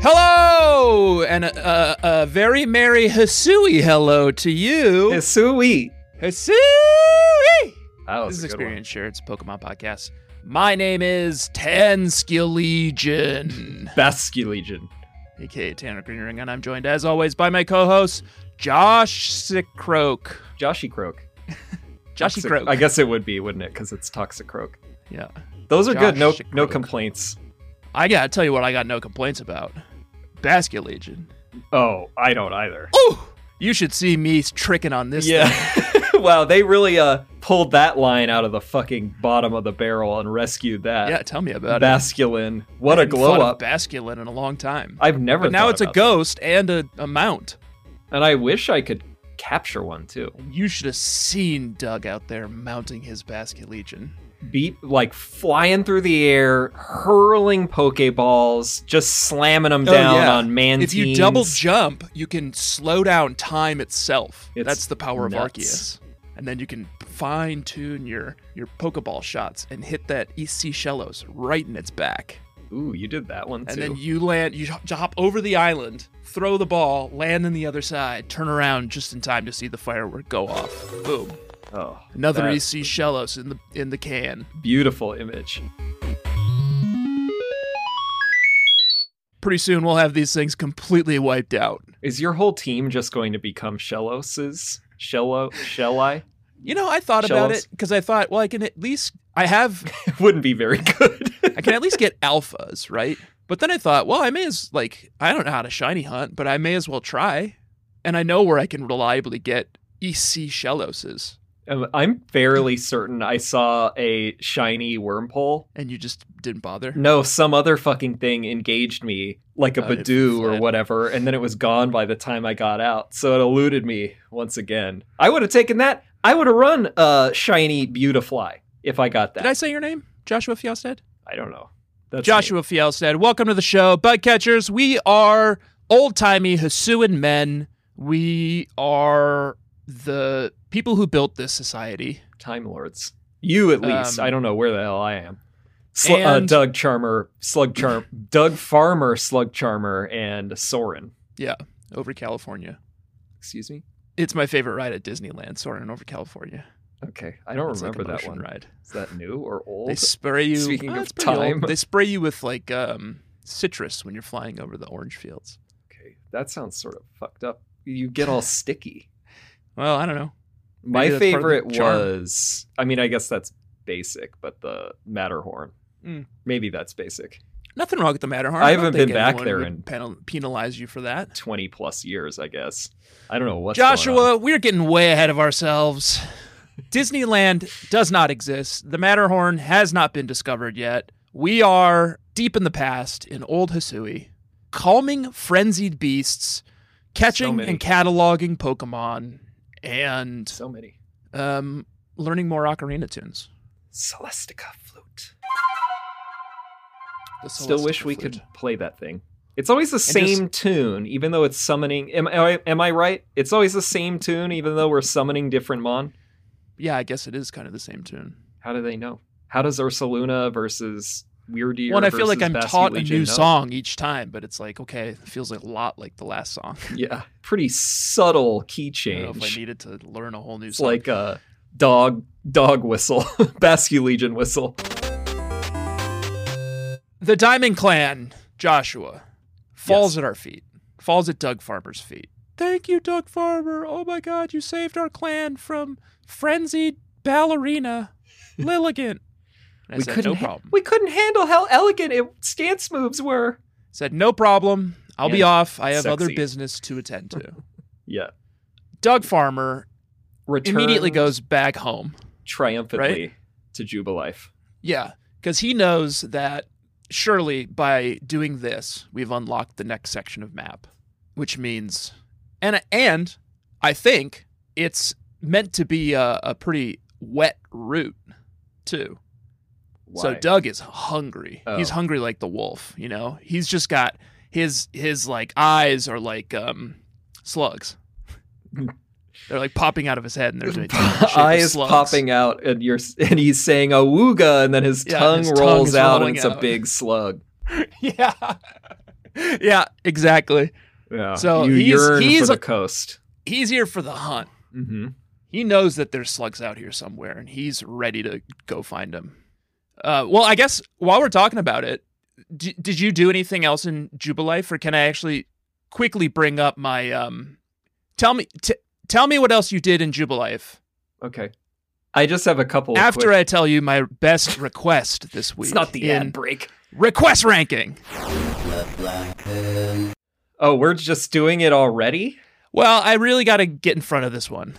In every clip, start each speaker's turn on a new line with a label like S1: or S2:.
S1: Hello, and uh, a, a, a very merry Hisui hello to you.
S2: Hisui.
S1: Hisui!
S2: That
S1: This
S2: was
S1: is
S2: a good
S1: Experience Share. It's a Pokemon podcast. My name is Tanskill Legion,
S2: One. Basque Legion.
S1: aka Tanner Green Ring, and I'm joined as always by my co-host Josh Sickroak.
S2: Joshy Croak.
S1: Joshy
S2: Toxic-
S1: Croak.
S2: I guess it would be, wouldn't it? Because it's Toxic Croak.
S1: Yeah.
S2: Those are good. No,
S1: Joshy
S2: no
S1: Croak.
S2: complaints.
S1: I gotta tell you what I got no complaints about. Basket Legion.
S2: Oh, I don't either.
S1: Ooh! You should see me tricking on this.
S2: yeah.
S1: thing.
S2: wow, they really uh pulled that line out of the fucking bottom of the barrel and rescued that.
S1: Yeah, tell me about it.
S2: Basculin. What a
S1: Hadn't thought
S2: glow
S1: of
S2: up.
S1: Basculin in a long time.
S2: I've never.
S1: But now
S2: thought
S1: it's a
S2: about that.
S1: ghost and a, a mount.
S2: and I wish I could capture one too.
S1: You should have seen Doug out there mounting his basket legion.
S2: beat like flying through the air, hurling Pokeballs, just slamming them
S1: Oh,
S2: down
S1: yeah.
S2: on man.
S1: If you
S2: teams.
S1: double jump, you can slow down time itself.
S2: It's
S1: That's the power
S2: nuts.
S1: of Arceus. And then you can fine tune your your Pokeball shots and hit that EC Shellos right in its back.
S2: ooh, you did that one too.
S1: And then you land, you h- hop over the island, throw the ball, land on the other side, turn around just in time to see the firework go off. Boom.
S2: oh,
S1: Another
S2: that
S1: EC Shellos in the in the can.
S2: beautiful image.
S1: Pretty soon we'll have these things completely wiped out.
S2: Is your whole team just going to become Shelloses? Shello, Shelli?
S1: You know, I thought about
S2: Shellos.
S1: it because I thought, well, I can at least I have
S2: It wouldn't be very good.
S1: I can at least get alphas, right? But then I thought, well, I may as like I don't know how to shiny hunt, but I may as well try. And I know where I can reliably get EC Shelloses.
S2: Um, I'm fairly certain I saw a shiny Wormpole.
S1: And you just didn't bother.
S2: No, some other fucking thing engaged me, like a
S1: Got it,
S2: Badoo or
S1: flat.
S2: whatever, and then it was gone by the time I got out. So it eluded me once again. I would have taken that. I would have run a shiny Beautifly if I got that.
S1: Did I say your name? Joshua Fielstead?
S2: I don't know. That's
S1: Joshua Fielstead. Welcome to the show, Bug Catchers. We are old timey Hasuan men. We are the people who built this society.
S2: me. Time Lords. You at least.
S1: Um,
S2: I don't know where the hell I am. Sl- uh,
S1: and-
S2: Doug Charmer, Slug Charm, Doug Farmer, Slug Charmer, and Soren.
S1: Over California.
S2: Excuse me.
S1: It's my favorite ride at Disneyland, soaring over California.
S2: Okay, I don't
S1: It's like an
S2: remember that
S1: ocean
S2: one.
S1: ride.
S2: Is that new or old?
S1: They spray you. Oh,
S2: Speaking of
S1: it's pretty old.
S2: time.
S1: they spray you with like um, citrus when you're flying over the orange fields.
S2: Okay, that sounds sort of fucked up. You get all sticky.
S1: Well, I don't know.
S2: My
S1: that's part of the
S2: favorite
S1: charm.
S2: was, I mean, I guess that's basic, but the Matterhorn.
S1: Mm.
S2: Maybe that's basic.
S1: Nothing wrong with the Matterhorn.
S2: I
S1: don't
S2: haven't
S1: think
S2: been back
S1: anyone
S2: there
S1: would
S2: in-
S1: penal- penalize you for that.
S2: 20 plus years, I guess. I don't know what's going on.
S1: Joshua, we're getting way ahead of ourselves. Disneyland does not exist. The Matterhorn has not been discovered yet. We are deep in the past in Old Hisui, calming frenzied beasts, catching
S2: many.
S1: and cataloging Pokemon, and
S2: So many.
S1: um, learning more ocarina tunes.
S2: Celestica flute.
S1: The
S2: Still wish
S1: Celestica
S2: we
S1: flute.
S2: could play that thing. It's always the
S1: just-
S2: same tune, even though it's summoning. Am, I- am I right? It's always the same tune, even though we're summoning different Mon.
S1: Yeah, I guess it is kind of the same tune.
S2: How do they know? How does Ursaluna versus Weirdier?
S1: Well, and I feel like
S2: versus
S1: I'm
S2: Basque
S1: taught a
S2: Legion
S1: new
S2: know?
S1: song each time, but it's like okay, it feels like a lot like the last song.
S2: Yeah, pretty subtle key
S1: I don't know if I
S2: change.
S1: needed to learn a whole new
S2: It's
S1: song.
S2: like a dog dog whistle, Basque Legion whistle.
S1: the Diamond Clan, Joshua, falls at our feet, falls at Doug Farmer's feet. Thank you, Doug Farmer. Oh my God, you saved our clan from frenzied ballerina Lilligant. And I
S2: we
S1: said,
S2: couldn't.
S1: no
S2: ha-
S1: problem.
S2: we couldn't handle how elegant it stance moves were.
S1: said, no problem. I'll be
S2: And
S1: off. I have other
S2: sexy.
S1: business to attend to.
S2: Yeah,
S1: Doug Farmer
S2: Returned
S1: immediately goes back home.
S2: triumphantly to Jubilife.
S1: Yeah, because he knows that surely by doing this, we've unlocked the next section of map, which means, and and I think it's meant to be a, a pretty wet route too. So
S2: Why?
S1: Doug is hungry. He's
S2: Oh.
S1: hungry like the wolf. You know, he's just got his his like eyes are like um slugs. They're like popping out of his head, and they're doing
S2: eyes popping out, and you're and he's saying a wooga, and then his
S1: Yeah,
S2: tongue
S1: his tongue
S2: rolls
S1: is
S2: out, and
S1: rolling
S2: it's a
S1: out.
S2: big slug.
S1: yeah. yeah, exactly.
S2: Yeah.
S1: So
S2: you
S1: he's-
S2: yearn
S1: he's
S2: for
S1: a-
S2: the coast.
S1: He's here for the hunt.
S2: Mm-hmm.
S1: He knows that there's slugs out here somewhere, and he's ready to go find them. Uh, well, I guess while we're talking about it, d- did you do anything else in Jubilife, or can I actually quickly bring up my? Um, tell me, t- tell me what else you did in Jubilife
S2: Okay. I just have a couple. of
S1: after
S2: quick-
S1: I tell you my best request this week.
S2: it's not the
S1: in
S2: ad break.
S1: request ranking.
S2: Oh, we're just doing it already.
S1: Well, I really got to get in front of this one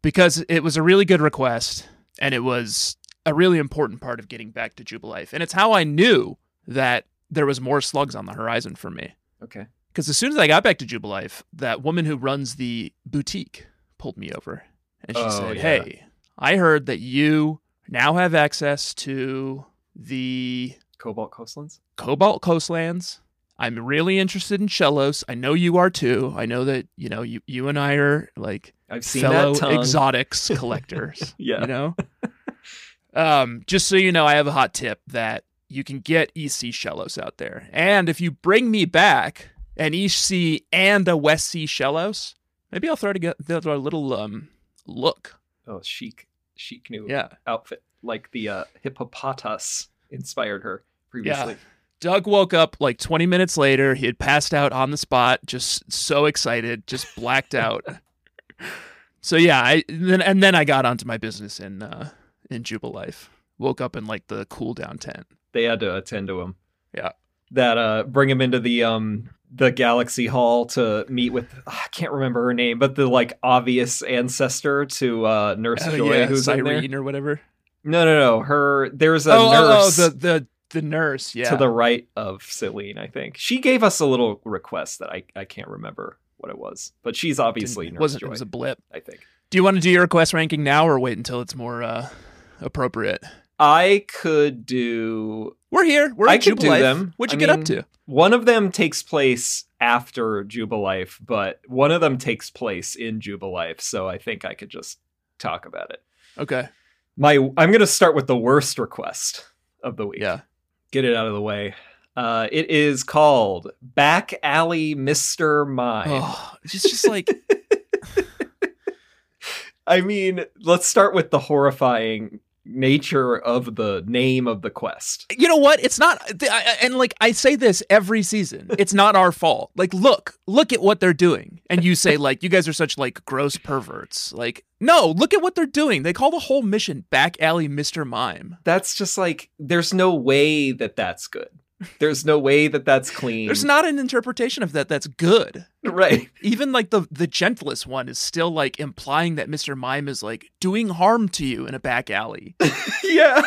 S1: because it was a really good request and it was a really important part of getting back to Jubilife. And it's how I knew that there was more slugs on the horizon for me.
S2: Okay.
S1: Because as soon as I got back to Jubilife, that woman who runs the boutique pulled me over and she
S2: Oh,
S1: said,
S2: yeah.
S1: Hey, I heard that you now have access to the
S2: Cobalt coastlands.
S1: Cobalt Coastlands. I'm really interested in Shellos. I know you are too. I know that, you know, you, you and I are like
S2: I've seen
S1: fellow
S2: that tongue.
S1: exotics collectors.
S2: Yeah.
S1: You know? um, just so you know, I have a hot tip that you can get EC Shellos out there. And if you bring me back an EC and a West Sea Shellos, maybe I'll throw together a little um look.
S2: oh, chic, chic new
S1: Yeah.
S2: outfit, like the uh, hippopotas inspired her previously.
S1: Doug woke up like 20 minutes later. He had passed out on the spot, just so excited, just blacked out. So yeah, I then and then I got onto my business in uh, in Jubilife. Woke up in like the cool down tent.
S2: They had to attend to him.
S1: Yeah.
S2: that uh, bring him into the um the galaxy hall to meet with ah, I can't remember her name, but the like obvious ancestor to uh, Nurse Joy, who's in there.
S1: Oh, Cyrene or whatever.
S2: No, no, no. Her there's a
S1: oh, oh, oh,
S2: nurse
S1: the the the nurse. Yeah,
S2: to the right of Celine, I think. She gave us a little request that I, I can't remember what it was, but she's obviously
S1: Didn't-
S2: Nurse
S1: wasn't
S2: Joy.
S1: it was a blip.
S2: I think
S1: Do you want to do your request ranking now or wait until it's more uh, appropriate?
S2: I could do
S1: We're here. We're
S2: I
S1: at
S2: could do
S1: Jubilife.
S2: them.
S1: What'd
S2: I
S1: you get
S2: mean,
S1: up to?
S2: one of them takes place after Jubilife, but one of them takes place in Jubilife, so I think I could just talk about it.
S1: Okay.
S2: My I'm gonna start with the worst request of the week.
S1: Yeah.
S2: Get it out of the way. Uh, it is called Back Alley Mr. Mime.
S1: Oh, it's just like
S2: I mean, let's start with the horrifying nature of the name of the quest.
S1: you know what it's not th- I- I- and like i say this every season it's not our fault like look look at what they're doing and you say like you guys are such like gross perverts like no look at what they're doing they call the whole mission back alley mr mime
S2: That's just like there's no way that that's good. There's no way that that's clean.
S1: there's not an interpretation of that that's good
S2: right.
S1: even like the the gentlest one is still like implying that mr mime is like doing harm to you in a back alley
S2: yeah.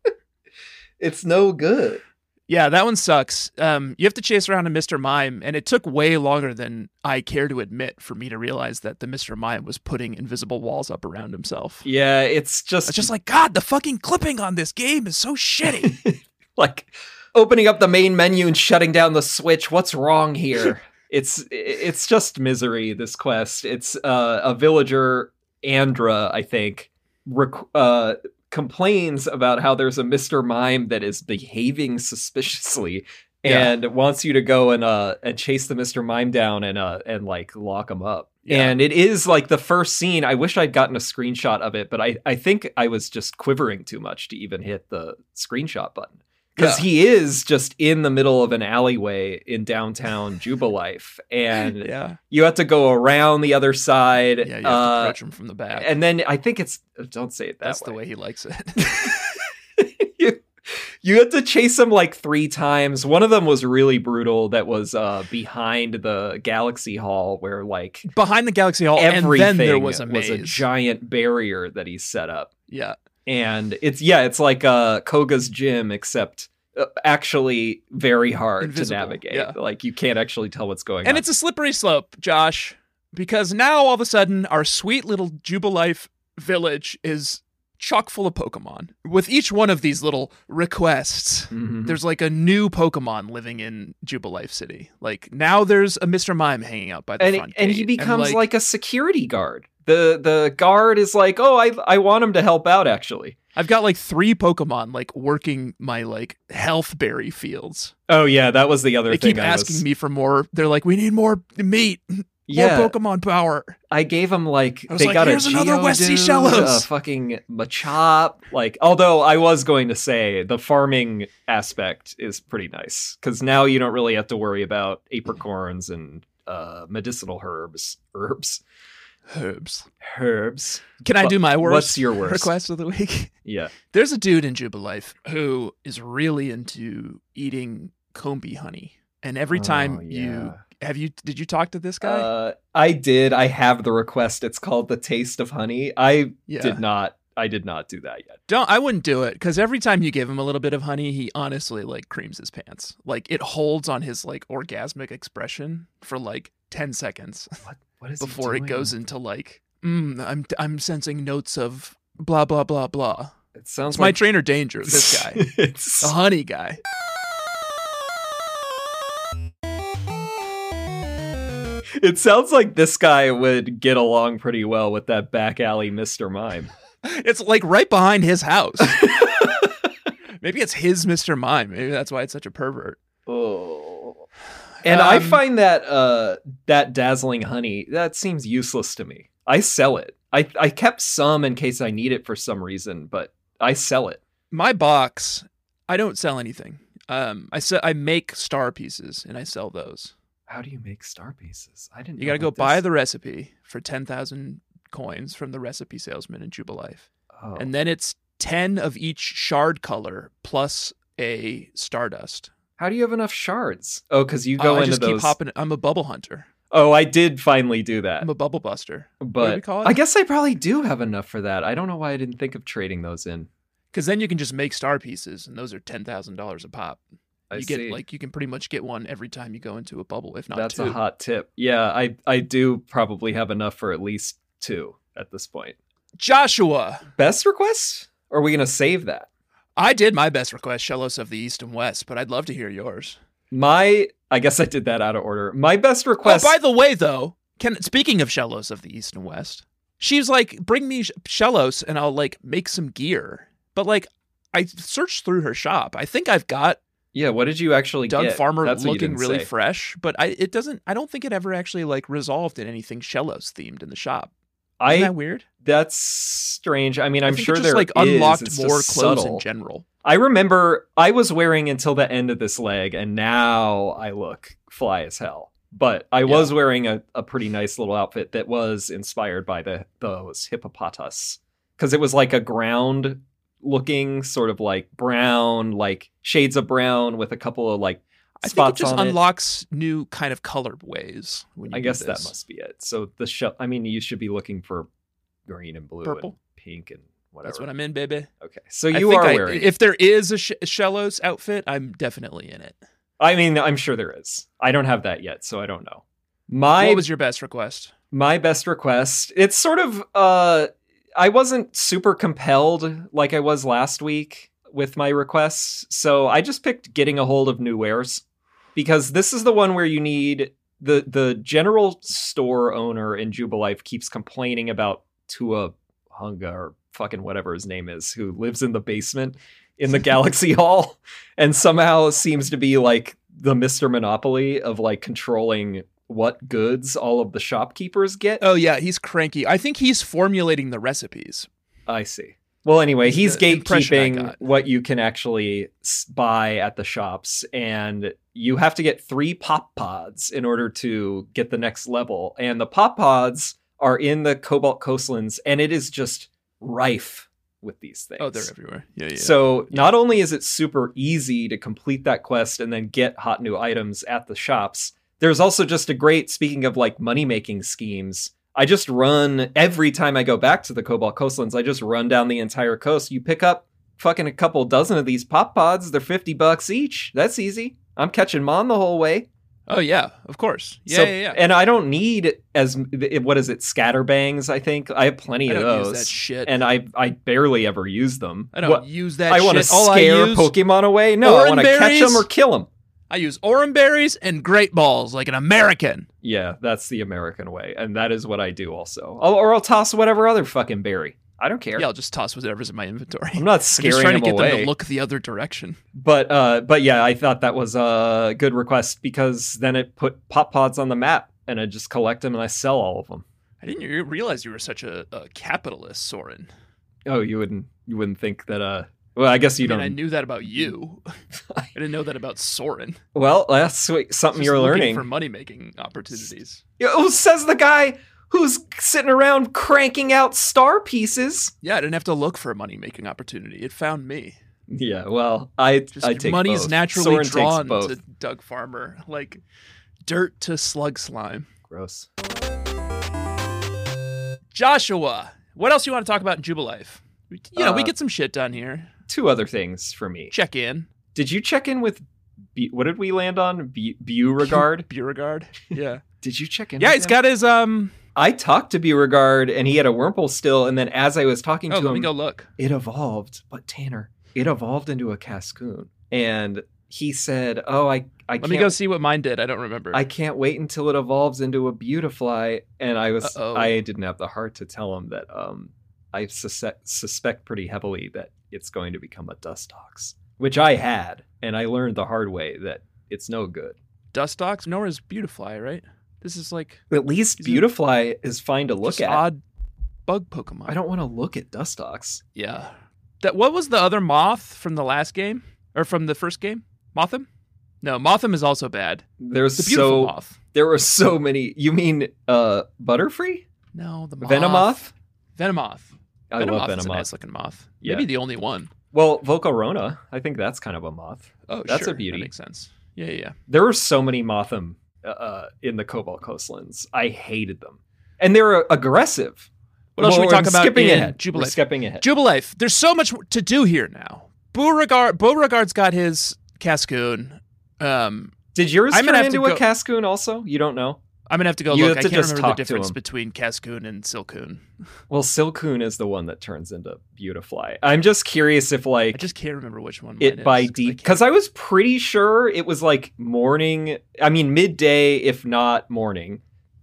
S2: it's no good.
S1: yeah that one sucks um you have to chase around a mr mime and it took way longer than i care to admit for me to realize that the mr mime was putting invisible walls up around himself
S2: Yeah, it's just
S1: It's just like, God, the fucking clipping on this game is so shitty.
S2: like opening up the main menu and shutting down the switch. What's wrong here? it's it's just misery. This quest. It's uh, a villager, Andra, I think, requ- uh, complains about how there's a Mister Mime that is behaving suspiciously.
S1: Yeah.
S2: And wants you to go and uh and chase the Mr. Mime down and uh and like lock him up.
S1: Yeah.
S2: And it is like the first scene. I wish I'd gotten a screenshot of it, but I, I think I was just quivering too much to even hit the screenshot button because
S1: Yeah.
S2: he is just in the middle of an alleyway in downtown Jubilife, and
S1: yeah.
S2: you have to go around the other side.
S1: Yeah, you have to
S2: uh,
S1: approach him from the back.
S2: and then I think it's don't say it that
S1: That's the
S2: way.
S1: way he likes it.
S2: you you had to chase him like three times. One of them was really brutal. That was uh, behind the Galaxy Hall, where like
S1: Behind the Galaxy Hall,
S2: everything
S1: Oh, and then there was a maze.
S2: giant barrier that he set up.
S1: yeah.
S2: And it's yeah, it's like uh, Koga's gym, except uh, actually very hard
S1: Invisible,
S2: to navigate.
S1: yeah.
S2: Like you can't actually tell what's going
S1: And
S2: on.
S1: it's a slippery slope, Josh, because now all of a sudden our sweet little Jubilife village is chock full of Pokemon. With each one of these little requests,
S2: Mhm.
S1: there's like a new Pokemon living in Jubilife City. Like now there's a Mr. Mime hanging out by the
S2: and
S1: front
S2: and he
S1: gate,
S2: becomes like a security guard. The the guard is like, oh, I I want him to help out actually.
S1: I've got like three Pokemon like working my like health berry fields.
S2: Oh yeah, that was the other
S1: They
S2: thing.
S1: keep
S2: I was-
S1: asking me for more. They're like, we need more meat,
S2: Yeah,
S1: more Pokemon power.
S2: I gave them like
S1: I was
S2: they
S1: like,
S2: got
S1: "Here's
S2: a
S1: another West Sea
S2: Geodude,
S1: Shallows."
S2: a fucking Machop. Like, although I was going to say the farming aspect is pretty nice because now you don't really have to worry about apricorns and uh, medicinal herbs, herbs,
S1: Herbs.
S2: herbs.
S1: Can I
S2: But
S1: do my worst
S2: What's your worst?
S1: request of the week?
S2: Yeah.
S1: There's a dude in Jubilife who is really into eating combi honey. And every time
S2: Oh,
S1: you
S2: yeah.
S1: have you did you talk to this guy?
S2: Uh, I did. I have the request. It's called the Taste of Honey. I
S1: yeah.
S2: did not. I did not do that yet.
S1: Don't I wouldn't do it because every time you give him a little bit of honey, he honestly like creams his pants. Like it holds on his like orgasmic expression for like ten seconds
S2: What? What is he
S1: before it
S2: doing?
S1: goes into like mm, I'm I'm sensing notes of blah blah blah blah.
S2: It sounds
S1: It's my
S2: like
S1: trainer danger. This guy,
S2: It's-
S1: the honey guy.
S2: It sounds like this guy would get along pretty well with that back alley Mr. Mime.
S1: It's like right behind his house. Maybe it's his Mr. Mime. Maybe that's why it's such a pervert.
S2: Oh. And I
S1: Um,
S2: find that uh that dazzling honey, that seems useless to me. I sell it. I I kept some in case I need it for some reason, but I sell it.
S1: my box i don't sell anything um i sell i make star pieces and i sell those
S2: How do you make star pieces? I didn't
S1: you gotta go buy the recipe for 10000 coins from the recipe salesman in jubilife
S2: Oh.
S1: and then it's 10 of each shard color plus a stardust
S2: how do you have enough shards? Oh, cuz you
S1: Uh,
S2: go
S1: i
S2: into
S1: just
S2: those
S1: keep hopping i'm a bubble hunter
S2: Oh, I did finally do that.
S1: i'm a bubble buster
S2: but
S1: we call it?
S2: I guess I probably do have enough for that. I don't know why I didn't think of trading those in.
S1: because then you can just make star pieces and those are $10000 a pop
S2: I
S1: you
S2: see.
S1: get like you can pretty much get one every time you go into a bubble if not
S2: That's
S1: two
S2: a hot tip. Yeah, I I do probably have enough for at least two at this point.
S1: joshua
S2: Best request? Or are we gonna save that?
S1: I did my best request, Shellos of the East and West, but I'd love to hear yours.
S2: My I guess I did that out of order. My best request.
S1: Oh, by the way, though, can speaking of Shellos of the East and West, she's like, "Bring me Sh- Shellos, and I'll like make some gear." But like, I searched through her shop. I think I've got
S2: yeah, what did you actually
S1: Doug
S2: get?
S1: Farmer
S2: That's what you
S1: looking
S2: didn't
S1: really
S2: say.
S1: fresh, but I it doesn't. I don't think it ever actually like resolved in anything Shellos themed in the shop. Isn't
S2: I
S1: that weird?
S2: that's strange. I mean, I'm
S1: I think it
S2: sure
S1: just,
S2: there
S1: like
S2: is,
S1: unlocked
S2: it's
S1: more clothes
S2: just
S1: in
S2: subtle.
S1: general.
S2: I remember I was wearing until the end of this leg, and now I look fly as hell. But I was wearing a, a pretty nice little outfit that was inspired by the those hippopotas. Because it was like a ground looking, sort of like brown, like shades of brown with a couple of like
S1: I think it
S2: spots
S1: just
S2: on
S1: unlocks new kind of color ways. When
S2: it.
S1: you
S2: I
S1: do
S2: guess
S1: this.
S2: that must be it. So the shell I mean, you should be looking for green and blue
S1: Purple.
S2: and pink and whatever.
S1: That's what I'm in, baby.
S2: Okay. So
S1: I
S2: you
S1: think
S2: are
S1: I-
S2: wearing
S1: If there is a Sh- Shellos outfit, I'm definitely in it.
S2: I mean, I'm sure there is. I don't have that yet, so I don't know. My
S1: what was your best request?
S2: my best request. It's sort of uh I wasn't super compelled like I was last week with my requests, so I just picked getting a hold of new wares because this is the one where you need the the general store owner in Jubilife keeps complaining about Tua Hunga or fucking whatever his name is who lives in the basement in the Galaxy Hall and somehow seems to be like the Mr. Monopoly of like controlling what goods all of the shopkeepers get.
S1: Oh yeah, he's cranky. I think he's formulating the recipes.
S2: I see. Well, anyway,
S1: It's
S2: he's
S1: the impression I
S2: gatekeeping
S1: got.
S2: what you can actually s- buy at the shops, and you have to get three pop pods in order to get the next level. And the pop pods are in the Cobalt Coastlands, and it is just rife with these things.
S1: Oh, they're everywhere. Yeah, yeah.
S2: So not only is it super easy to complete that quest and then get hot new items at the shops, there's also just a great speaking of like money making schemes. I just run every time I go back to the Cobalt Coastlands, I just run down the entire coast. You pick up fucking a couple dozen of these pop pods, they're 50 bucks each. That's easy. I'm catching mom the whole way.
S1: oh yeah, of course. Yeah,
S2: So-
S1: yeah, yeah.
S2: And I don't need as what is it, scatterbangs, I think. I have plenty
S1: I
S2: of
S1: don't use that
S2: those.
S1: shit.
S2: And I I barely ever use them.
S1: I don't
S2: What-
S1: use that
S2: I
S1: shit.
S2: want to
S1: All
S2: scare
S1: I use,
S2: Pokemon away. No, I want to catch
S1: Oranberries?
S2: them or kill them.
S1: I use orange berries and great balls like an American.
S2: Yeah, that's the American way, and that is what I do also. I'll, or I'll toss whatever other fucking berry. I don't care.
S1: Yeah, I'll just toss whatever's in my inventory.
S2: I'm not
S1: I'm just
S2: scaring
S1: trying to get
S2: him away.
S1: them to look the other direction.
S2: But uh, but yeah, I thought that was a good request because then it put pop pods on the map, and I just collect them and I sell all of them.
S1: I didn't re- realize you were such a, a capitalist, Soren.
S2: Oh, you wouldn't you wouldn't think that. Uh, well, I guess you
S1: I mean,
S2: don't.
S1: I knew that about you. I didn't know that about Soren.
S2: well, that's what- something
S1: Just
S2: you're
S1: looking
S2: learning.
S1: for money making opportunities.
S2: Yeah, Oh, says the guy who's sitting around cranking out star pieces.
S1: Yeah, I didn't have to look for a money making opportunity. It found me.
S2: Yeah, well, I
S1: Just
S2: I take
S1: money
S2: both.
S1: is naturally
S2: Soren takes
S1: drawn
S2: both.
S1: to Doug Farmer, like dirt to slug slime.
S2: gross.
S1: Joshua, what else you want to talk about in Jubilife? We- You know, we
S2: Uh,
S1: get some shit done here.
S2: Two other things for me.
S1: Check in.
S2: Did you check in with? B- what did we land on? B- Beauregard.
S1: Beauregard. Yeah.
S2: Did you check in?
S1: yeah,
S2: with
S1: he's
S2: him?
S1: got his um
S2: I talked to Beauregard and he had a Wurmple still, and then as I was talking
S1: Oh,
S2: to
S1: let
S2: him,
S1: me go look.
S2: it evolved. But Tanner, it evolved into a Cascoon, and he said, "Oh, I, I
S1: Let
S2: can't,
S1: me go see what mine did. I don't remember.
S2: I can't wait until it evolves into a Beautifly." And I was,
S1: Uh-oh.
S2: I didn't have the heart to tell him that. Um, I suspect suspect pretty heavily that it's going to become a Dustox, which I had, and I learned the hard way that it's no good.
S1: Dust Dogs, nor is Beautifly, right? This is like
S2: At least
S1: Isn't-
S2: Beautifly is fine to look
S1: just
S2: at.
S1: odd bug Pokemon.
S2: I don't want to look at Dustox.
S1: Yeah. That what was the other moth from the last game or from the first game? Motham? No, Motham is also bad.
S2: There's
S1: The beautiful
S2: so
S1: moth.
S2: there were so many. You mean uh Butterfree?
S1: No, the moth.
S2: Venomoth?
S1: Venomoth.
S2: I love
S1: is a
S2: Venomoth.
S1: nice looking moth.
S2: Yeah.
S1: Maybe the only one.
S2: Well, Volcarona, I think that's kind of a moth.
S1: Oh,
S2: That's a
S1: sure.
S2: beauty.
S1: That makes sense. Yeah, yeah. yeah.
S2: There were so many Motham uh, uh, in the Cobalt Coastlands. I hated them. And they were aggressive.
S1: What else should we
S2: Well,
S1: talk
S2: we're
S1: about
S2: Skipping
S1: in
S2: ahead.
S1: Jubilee?
S2: We're skipping ahead.
S1: Jubilife, there's so much to do here now. Beauregard, Beauregard's got his Cascoon. Um,
S2: Did yours
S1: I'm gonna
S2: turn
S1: have to
S2: into a
S1: go-
S2: Cascoon also? You don't know?
S1: I'm gonna have to go
S2: You
S1: look.
S2: have
S1: I
S2: to
S1: can't
S2: just
S1: remember
S2: talk
S1: the
S2: to
S1: difference
S2: him.
S1: between Cascoon and Silcoon.
S2: Well, Silcoon is the one that turns into Beautifly. I'm just curious if like
S1: I just can't remember which one. mine
S2: it by
S1: is, 'cause I
S2: deep
S1: can't-
S2: because I was pretty sure it was like morning. I mean midday, if not morning.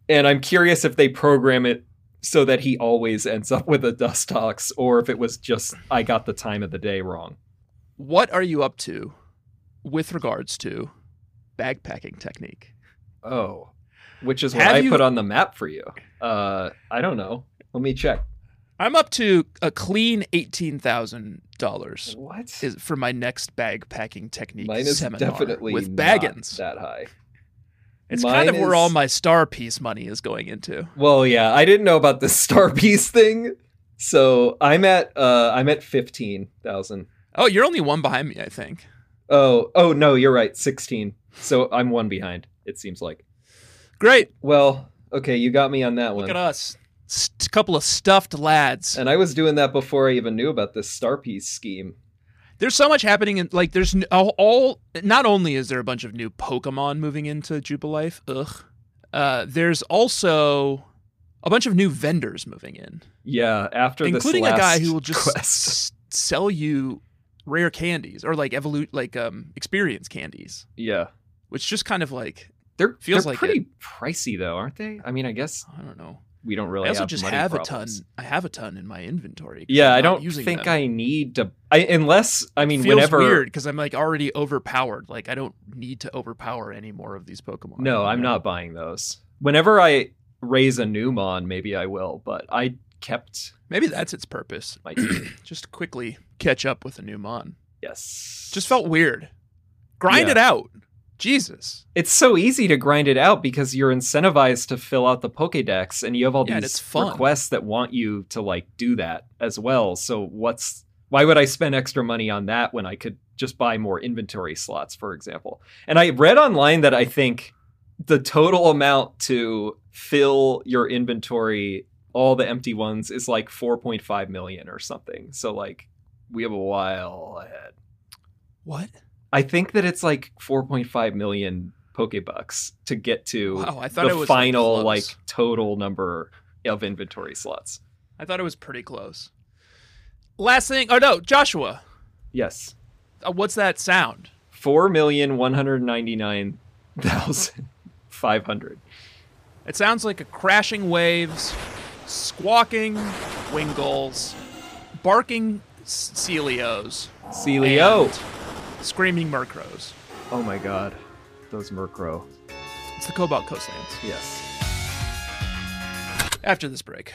S2: And I'm curious if they program it so that he always ends up with a dust ox, or if it was just I got the time of the day wrong.
S1: What are you up to with regards to bagpacking technique?
S2: Oh, which is what
S1: Have
S2: I
S1: you-
S2: put on the map for you. Uh, I don't know. Let me check.
S1: I'm up to a clean eighteen thousand dollars
S2: What?
S1: is for my next bagpacking technique
S2: Mine is
S1: seminar
S2: definitely
S1: with
S2: not
S1: Baggins.
S2: that high.
S1: It's kind of
S2: Mine
S1: where all
S2: is-
S1: my star piece money is going into.
S2: Well, yeah, I didn't know about the star piece thing, so I'm at uh, I'm at fifteen thousand.
S1: Oh, you're only one behind me, I think.
S2: Oh, oh no, you're right. 16. So I'm one behind, it seems like.
S1: Great.
S2: Well, okay, you got me on that
S1: Look at
S2: one.
S1: us. St- couple of stuffed lads.
S2: And I was doing that before I even knew about this star piece scheme.
S1: There's so much happening in like there's n- all, all not only is there a bunch of new Pokemon moving into Jubilife, ugh. Uh, there's also a bunch of new vendors moving in,
S2: Yeah, after
S1: including
S2: this
S1: a
S2: last
S1: guy who will just
S2: quest.
S1: s- sell you rare candies or like evolu- like um experience candies,
S2: Yeah.
S1: which just kind of like
S2: They're,
S1: Feels
S2: they're
S1: like
S2: pretty pricey though, aren't they? I mean, I guess
S1: I don't know.
S2: we don't really
S1: I also
S2: have
S1: just
S2: money
S1: have
S2: problems.
S1: a ton. I have a ton in my inventory. 'cause
S2: Yeah,
S1: I'm
S2: I
S1: not
S2: don't
S1: using
S2: think
S1: them.
S2: I need to I unless I mean
S1: feels
S2: whenever
S1: weird because I'm like already overpowered. Like I don't need to overpower any more of these Pokemon.
S2: No, I'm not buying those. Whenever I raise a new mon, maybe I will, but I kept
S1: Maybe that's its purpose.
S2: my
S1: Just quickly catch up with a new mon.
S2: Yes.
S1: Just felt weird. Grind
S2: Yeah.
S1: it out. Jesus.
S2: it's so easy to grind it out because you're incentivized to fill out the Pokédex, and you have all
S1: Yeah, and
S2: these
S1: it's fun.
S2: requests that want you to like do that as well. So what's why would I spend extra money on that when I could just buy more inventory slots, for example? And I read online that I think the total amount to fill your inventory, all the empty ones, is like 4.5 million or something. So like we have a while ahead.
S1: What?
S2: I think that it's like 4.5 million Pokebucks to get to
S1: Wow, I thought
S2: the
S1: it was
S2: final
S1: close.
S2: like total number of inventory slots.
S1: I thought it was pretty close. Last thing. Oh no, Joshua.
S2: Yes,
S1: Uh, what's that sound?
S2: four million one hundred ninety nine thousand five hundred.
S1: It sounds like a crashing waves, squawking, wingulls, barking s- Celios,
S2: Celio.
S1: and screaming Murkrows.
S2: E Oh my god. Those Murkrow.
S1: It's the Cobalt Coastlands.
S2: Yes.
S1: After this break,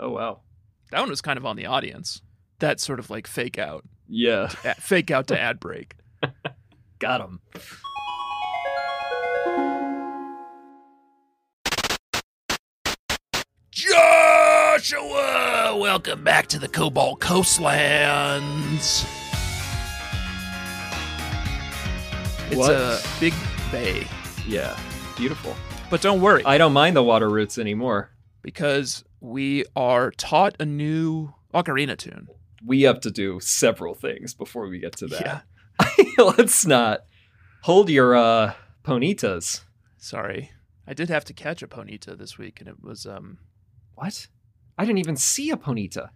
S2: Oh wow.
S1: that one was kind of on the audience. That sort of like fake out,
S2: Yeah.
S1: a- fake out to ad break.
S2: Got him.
S1: Joshua, welcome back to the Cobalt Coastlands. It's
S2: What?
S1: a big bay,
S2: Yeah. Beautiful.
S1: but don't worry
S2: I don't mind the water roots anymore.
S1: because we are taught a new ocarina tune.
S2: We have to do several things before we get to
S1: Yeah,
S2: that. Let's not hold your uh ponitas.
S1: sorry, I did have to catch a ponita this week, and it was um.
S2: What? I didn't even see a ponita.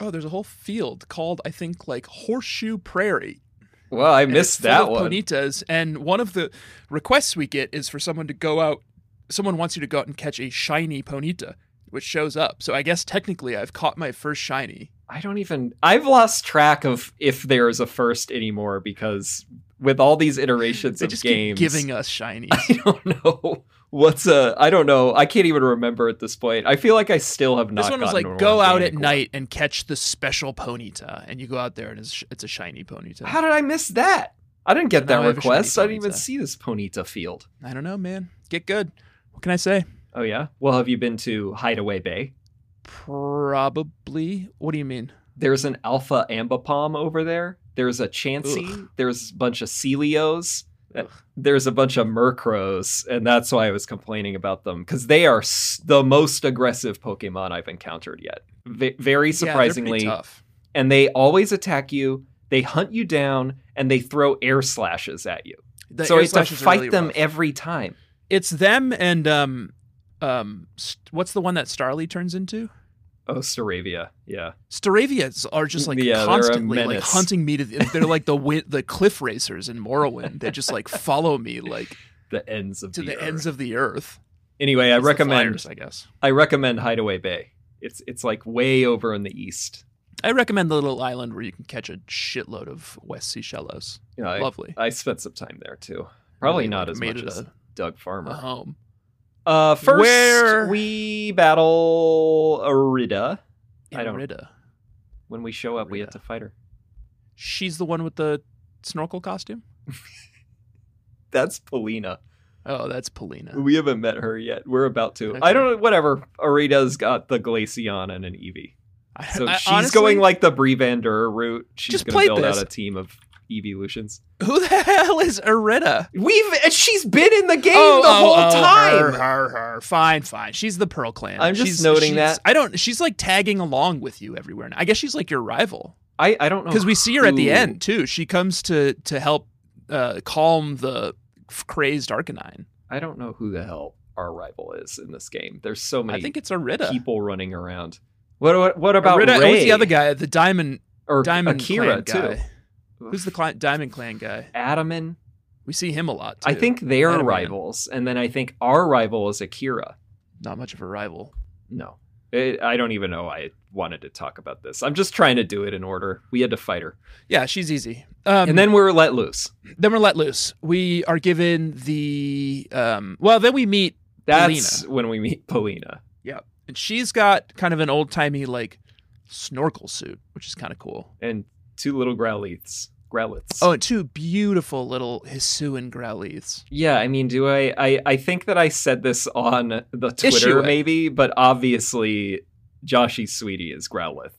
S1: Oh, there's a whole field called I think like Horseshoe Prairie.
S2: Well, I
S1: and it's
S2: missed
S1: full
S2: that
S1: of
S2: one.
S1: Ponitas, and one of the requests we get is for someone to go out. Someone wants you to go out and catch a shiny ponita, which shows up. So I guess technically I've caught my first shiny.
S2: I don't even. I've lost track of if there is a first anymore because with all these iterations
S1: They
S2: of
S1: just
S2: games,
S1: keep giving us shinies.
S2: I don't know what's a. I don't know. I can't even remember at this point. I feel like I still have not.
S1: this one was
S2: gotten
S1: like,
S2: a
S1: go out at
S2: organic one.
S1: night and catch the special ponita, and you go out there and it's, it's a shiny ponita.
S2: How did I miss that? I didn't get
S1: Now I
S2: that
S1: have a shiny
S2: request. I didn't even
S1: Ponyta.
S2: see this Ponita field.
S1: I don't know, man. Get good. What can I say?
S2: Oh yeah. Well, have you been to Hideaway Bay?
S1: Probably. What do you mean?
S2: There's an alpha ambipom over there. There's a Chansey.
S1: Ugh.
S2: There's a bunch of Celios. Uh,
S1: Ugh.
S2: There's a bunch of Murkrows, and that's why I was complaining about them because they are s- the most aggressive Pokemon I've encountered yet.
S1: Yeah,
S2: V- very
S1: they're pretty
S2: surprisingly,
S1: tough.
S2: and they always attack you. They hunt you down, and they throw air slashes at you.
S1: The
S2: so
S1: air
S2: I have to
S1: slashes are
S2: fight
S1: really
S2: them
S1: rough.
S2: every time.
S1: It's them and um, um, st- what's the one that Starly turns into?
S2: Oh, Staravia. Yeah.
S1: Staravians are just like
S2: Yeah, they're a
S1: constantly like
S2: menace.
S1: hunting me to. The, they're like the win, the cliff racers in Morrowind. They just like follow me like
S2: The ends of
S1: to the,
S2: the
S1: ends of the earth.
S2: Anyway, I
S1: It's the
S2: recommend
S1: flyers, I guess
S2: I recommend Hideaway Bay. It's it's like way over in the east.
S1: I recommend the little island where you can catch a shitload of West Sea shallows.
S2: You know, I-
S1: Lovely.
S2: I spent some time there too. Probably
S1: Really,
S2: not
S1: like,
S2: as
S1: made
S2: much
S1: it
S2: as
S1: a,
S2: Doug
S1: a
S2: Farmer.
S1: home.
S2: Uh, first,
S1: Where-
S2: we battle Arida. I
S1: in
S2: don't-
S1: Rida.
S2: When we show up, we have
S1: Arida.
S2: to fight her.
S1: She's the one with the snorkel costume.
S2: That's Polina.
S1: Oh, that's Polina.
S2: We haven't met her yet. We're about to.
S1: Okay.
S2: I don't know. Whatever. Arida's got the Glaceon and an Eevee.
S1: I-
S2: So
S1: I
S2: she's
S1: honestly-
S2: going like the Brevander route. She's
S1: Just
S2: going
S1: played
S2: to build
S1: this.
S2: out a team of Eeveelutions.
S1: Who the hell is Arita?
S2: We've and she's been in the game the
S1: oh,
S2: whole
S1: oh,
S2: time.
S1: Her, her, her. Fine, fine. She's the Pearl Clan.
S2: I'm just
S1: she's,
S2: noting
S1: she's-
S2: that.
S1: I don't. She's like tagging along with you everywhere. Now. I guess she's like your rival
S2: I, I don't know
S1: because we see her at the
S2: who-
S1: end too. She comes to to help uh, calm the f- crazed Arcanine.
S2: I don't know who the hell our rival is in this game. There's so many
S1: I think it's Arita.
S2: people running around. What what, what about
S1: Arita, and
S2: Ray?
S1: Who's the other guy? The Diamond
S2: or
S1: Diamond Clan
S2: Akira
S1: guy.
S2: too?
S1: Who's the cli- Diamond Clan guy?
S2: Adaman?
S1: We see him a lot. Too.
S2: I think they're
S1: Adaman.
S2: rivals, and then I think our rival is Akira.
S1: not much of a rival.
S2: No, It- I don't even know. I wanted to talk about this. I'm just trying to do it in order. We had to fight her,
S1: Yeah, she's easy. Um,
S2: and then we were let loose.
S1: then we're let loose. We are given the um, well. Then we meet
S2: That's when we meet Polina.
S1: and she's got kind of an old timey like snorkel suit, which is kind of cool.
S2: and two little growliths. Growliths.
S1: Oh, and two beautiful little Hisuian growliths.
S2: yeah. I mean, do I, I? I think that I said this on the Twitter,
S1: Issue it.
S2: maybe, but obviously, Joshy Sweetie is growlith.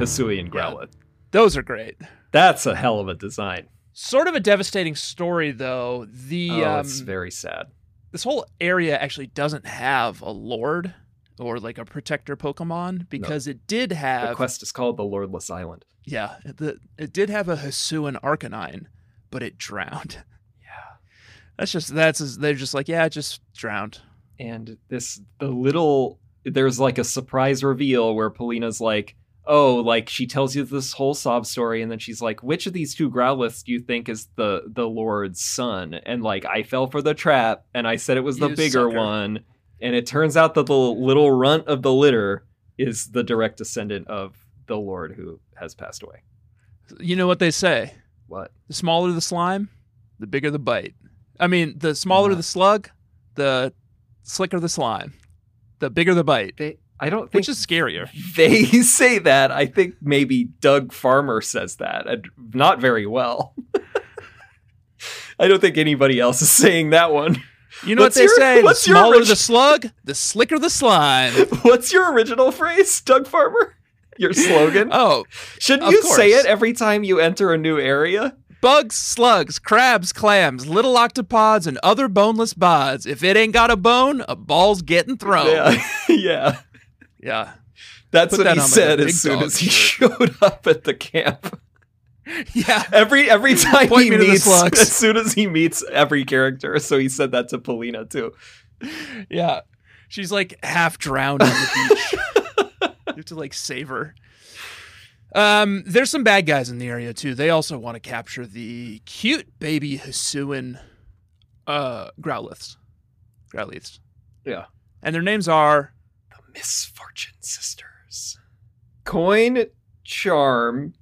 S2: Hisuian growlith.
S1: Those are great.
S2: That's a hell of a design.
S1: Sort of a devastating story, though. The
S2: oh,
S1: um,
S2: it's very sad.
S1: this whole area actually doesn't have a lord or like a protector Pokemon because it did
S2: The
S1: have
S2: quest is called the Lordless Island.
S1: yeah the, it did have a Hisuian Arcanine, but it drowned.
S2: Yeah.
S1: That's just that's they're just like yeah, it just drowned.
S2: And this the little there's like a surprise reveal where Polina's like, oh, like she tells you this whole sob story, and then she's like, which of these two Growliths do you think is the the Lord's son? And like, I fell for the trap, and I said it was the
S1: You
S2: bigger
S1: sucker.
S2: one, and it turns out that the little runt of the litter is the direct descendant of the lord who has passed away.
S1: You know what they say?
S2: What?
S1: The smaller the slime, the bigger the bite. I mean, the smaller
S2: Yeah.
S1: the slug, the slicker the slime, the bigger the bite,
S2: They I don't think
S1: which is scarier.
S2: they say that. I think maybe Doug Farmer says that, and not very well. I don't think anybody else is saying that one.
S1: You know
S2: What's
S1: what they
S2: your-
S1: say? The
S2: what's your
S1: smaller the
S2: orig-
S1: slug, the slicker the slime.
S2: What's your original phrase, Doug Farmer? Your slogan?
S1: Oh,
S2: Shouldn't
S1: of
S2: you say
S1: course.
S2: it every time you enter a new area?
S1: bugs, slugs, crabs, clams, little octopods, and other boneless bods. If it ain't got a bone, a ball's getting thrown. Yeah.
S2: Yeah. yeah. That's
S1: Put
S2: what
S1: that
S2: he
S1: on my
S2: said
S1: big
S2: as soon
S1: dog
S2: as he
S1: shirt.
S2: showed up at the camp.
S1: Yeah.
S2: Every every time
S1: Point
S2: he
S1: me to the
S2: meets
S1: slugs.
S2: as soon as he meets every character. So he said that to Polina too.
S1: Yeah. She's like half drowned on the beach. you have to like save her. Um, there's some bad guys in the area too. They also want to capture the cute baby Hisuian uh Growliths. Growliths.
S2: Yeah.
S1: And their names are
S2: Misfortune Sisters. Coin, charm,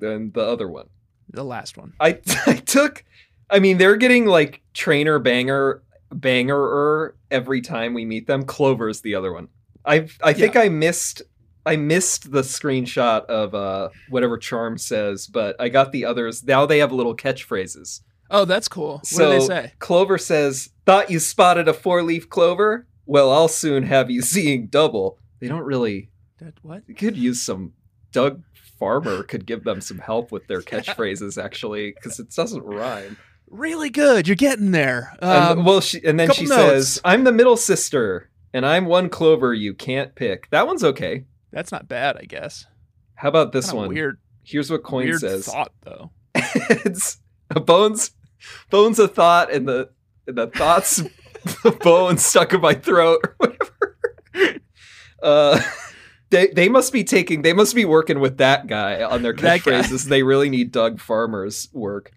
S2: then the other one.
S1: the last one.
S2: I I took. I mean, they're getting like trainer banger bangerer every time we meet them. Clover's the other one. I I think I missed I missed the screenshot of uh whatever charm says, but I got the others. Now they have little catchphrases.
S1: Oh, that's cool. What
S2: so
S1: do they say?
S2: Clover says, "Thought you spotted a four-leaf clover? Well, I'll soon have you seeing double." They don't really
S1: That, what?
S2: they could use some Doug Farmer could give them some help with their catchphrases actually because it doesn't rhyme.
S1: Really good. You're getting there.
S2: And-
S1: Um,
S2: well, she, and then
S1: couple
S2: she
S1: notes.
S2: says, "I'm the middle sister, and I'm one clover you can't pick." That one's okay.
S1: that's not bad, I guess.
S2: How about this
S1: Kinda
S2: one?
S1: weird,
S2: Here's what Coin
S1: weird
S2: says:
S1: thought though.
S2: it's a bones, bones a thought, and the and the thoughts, the bone stuck in my throat or whatever. Uh, they they must be taking, they must be working with that guy on their
S1: That guy.
S2: catchphrases. They really need Doug Farmer's work.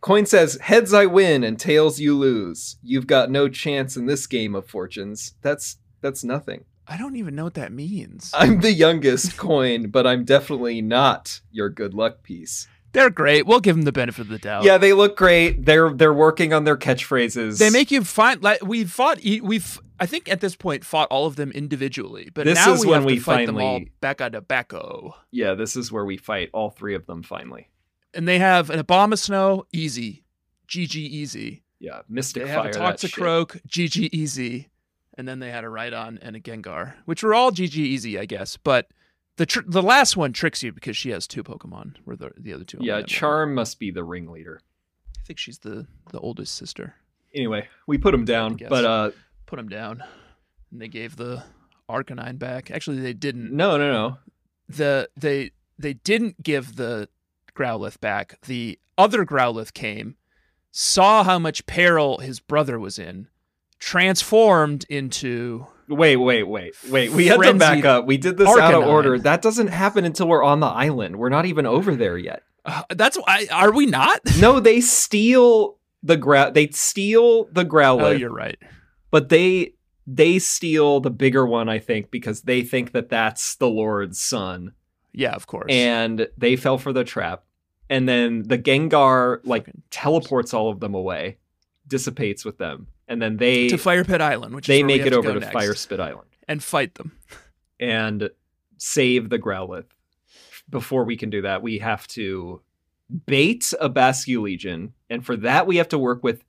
S2: Coin says, "Heads I win and tails you lose. You've got no chance in this game of fortunes. That's that's nothing.
S1: I don't even know what that means.
S2: I'm the youngest coin, but I'm definitely not your good luck piece."
S1: They're great. We'll give them the benefit of the doubt.
S2: Yeah, they look great. They're they're working on their catchphrases.
S1: They make you find like we've fought. e- We've I think at this point fought all of them individually, but
S2: This
S1: now
S2: is
S1: we
S2: when
S1: have
S2: we
S1: to fight them all
S2: finally-
S1: back on tobacco.
S2: yeah. This is where we fight all three of them finally.
S1: And they have an Obama Snow easy, GG easy.
S2: Yeah, Mystic
S1: They have
S2: Fire.
S1: a
S2: that shit.
S1: Toxicroak GG easy, and then they had a Rhydon and a Gengar, which were all GG easy, I guess. But the tr- the last one tricks you because she has two Pokemon, where the the other two. only
S2: Yeah,
S1: had one.
S2: Charm must be the ringleader.
S1: I think she's the the oldest sister.
S2: Anyway, we put him down,
S1: guess.
S2: but uh,
S1: Put them down, and they gave the Arcanine back. Actually, they didn't.
S2: no, no, no.
S1: the they they didn't give the Growlithe back. The other Growlithe came, saw how much peril his brother was in, transformed into
S2: Wait, wait, wait, wait. We had to back
S1: Frenzied
S2: up. We did this out of
S1: Arcanine.
S2: order. That doesn't happen until we're on the island. We're not even over there yet.
S1: uh, that's I, are we not?
S2: No, they steal the growl. They steal the growlithe.
S1: Oh, you're right.
S2: but they they steal the bigger one i think because they think that that's the lord's son
S1: Yeah, of course.
S2: and they
S1: Mm-hmm.
S2: fell for the trap and then the gengar like
S1: Fucking-
S2: teleports all of them away dissipates with them and then they
S1: to Fire Pit Island, which is
S2: they
S1: where we
S2: make
S1: have
S2: it
S1: to
S2: over
S1: go
S2: to
S1: next,
S2: fire spit island
S1: and fight them.
S2: and save the growlithe before we can do that we have to bait a bascu legion and for that we have to work with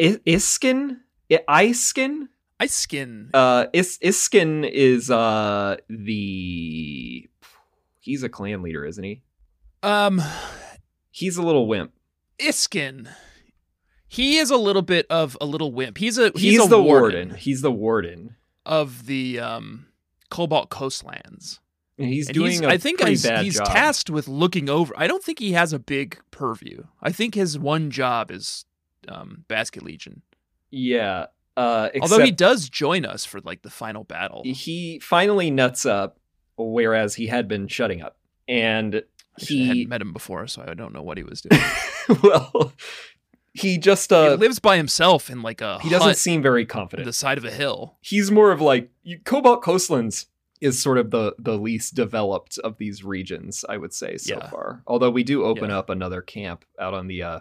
S2: I- iskin I- iskin
S1: I skin.
S2: uh Is- Iskin is uh the he's a clan leader, isn't he?
S1: Um,
S2: He's a little wimp.
S1: Iskin. He is a little bit of a little wimp. He's a
S2: He's,
S1: he's, a
S2: the warden. He's the warden.
S1: of the um Cobalt Coastlands.
S2: And he's
S1: And
S2: doing
S1: he's-
S2: a
S1: I think
S2: pretty
S1: he's,
S2: bad
S1: he's
S2: job.
S1: tasked with looking over. I don't think he has a big purview. I think his one job is um, Basket Legion.
S2: Yeah. Uh
S1: Although he
S2: except
S1: does join us for like the final battle.
S2: he finally nuts up whereas he had been shutting up. And
S1: Actually, I hadn't
S2: he
S1: met him before, so I don't know what he was doing.
S2: well He just
S1: he
S2: uh
S1: lives by himself in like a
S2: he doesn't
S1: hut
S2: seem very
S1: on
S2: confident.
S1: the side of a hill.
S2: he's more of like you- Cobalt Coastlands is sort of the the least developed of these regions, I would say so
S1: Yeah.
S2: far. Although we do open
S1: Yeah.
S2: up another camp out on the uh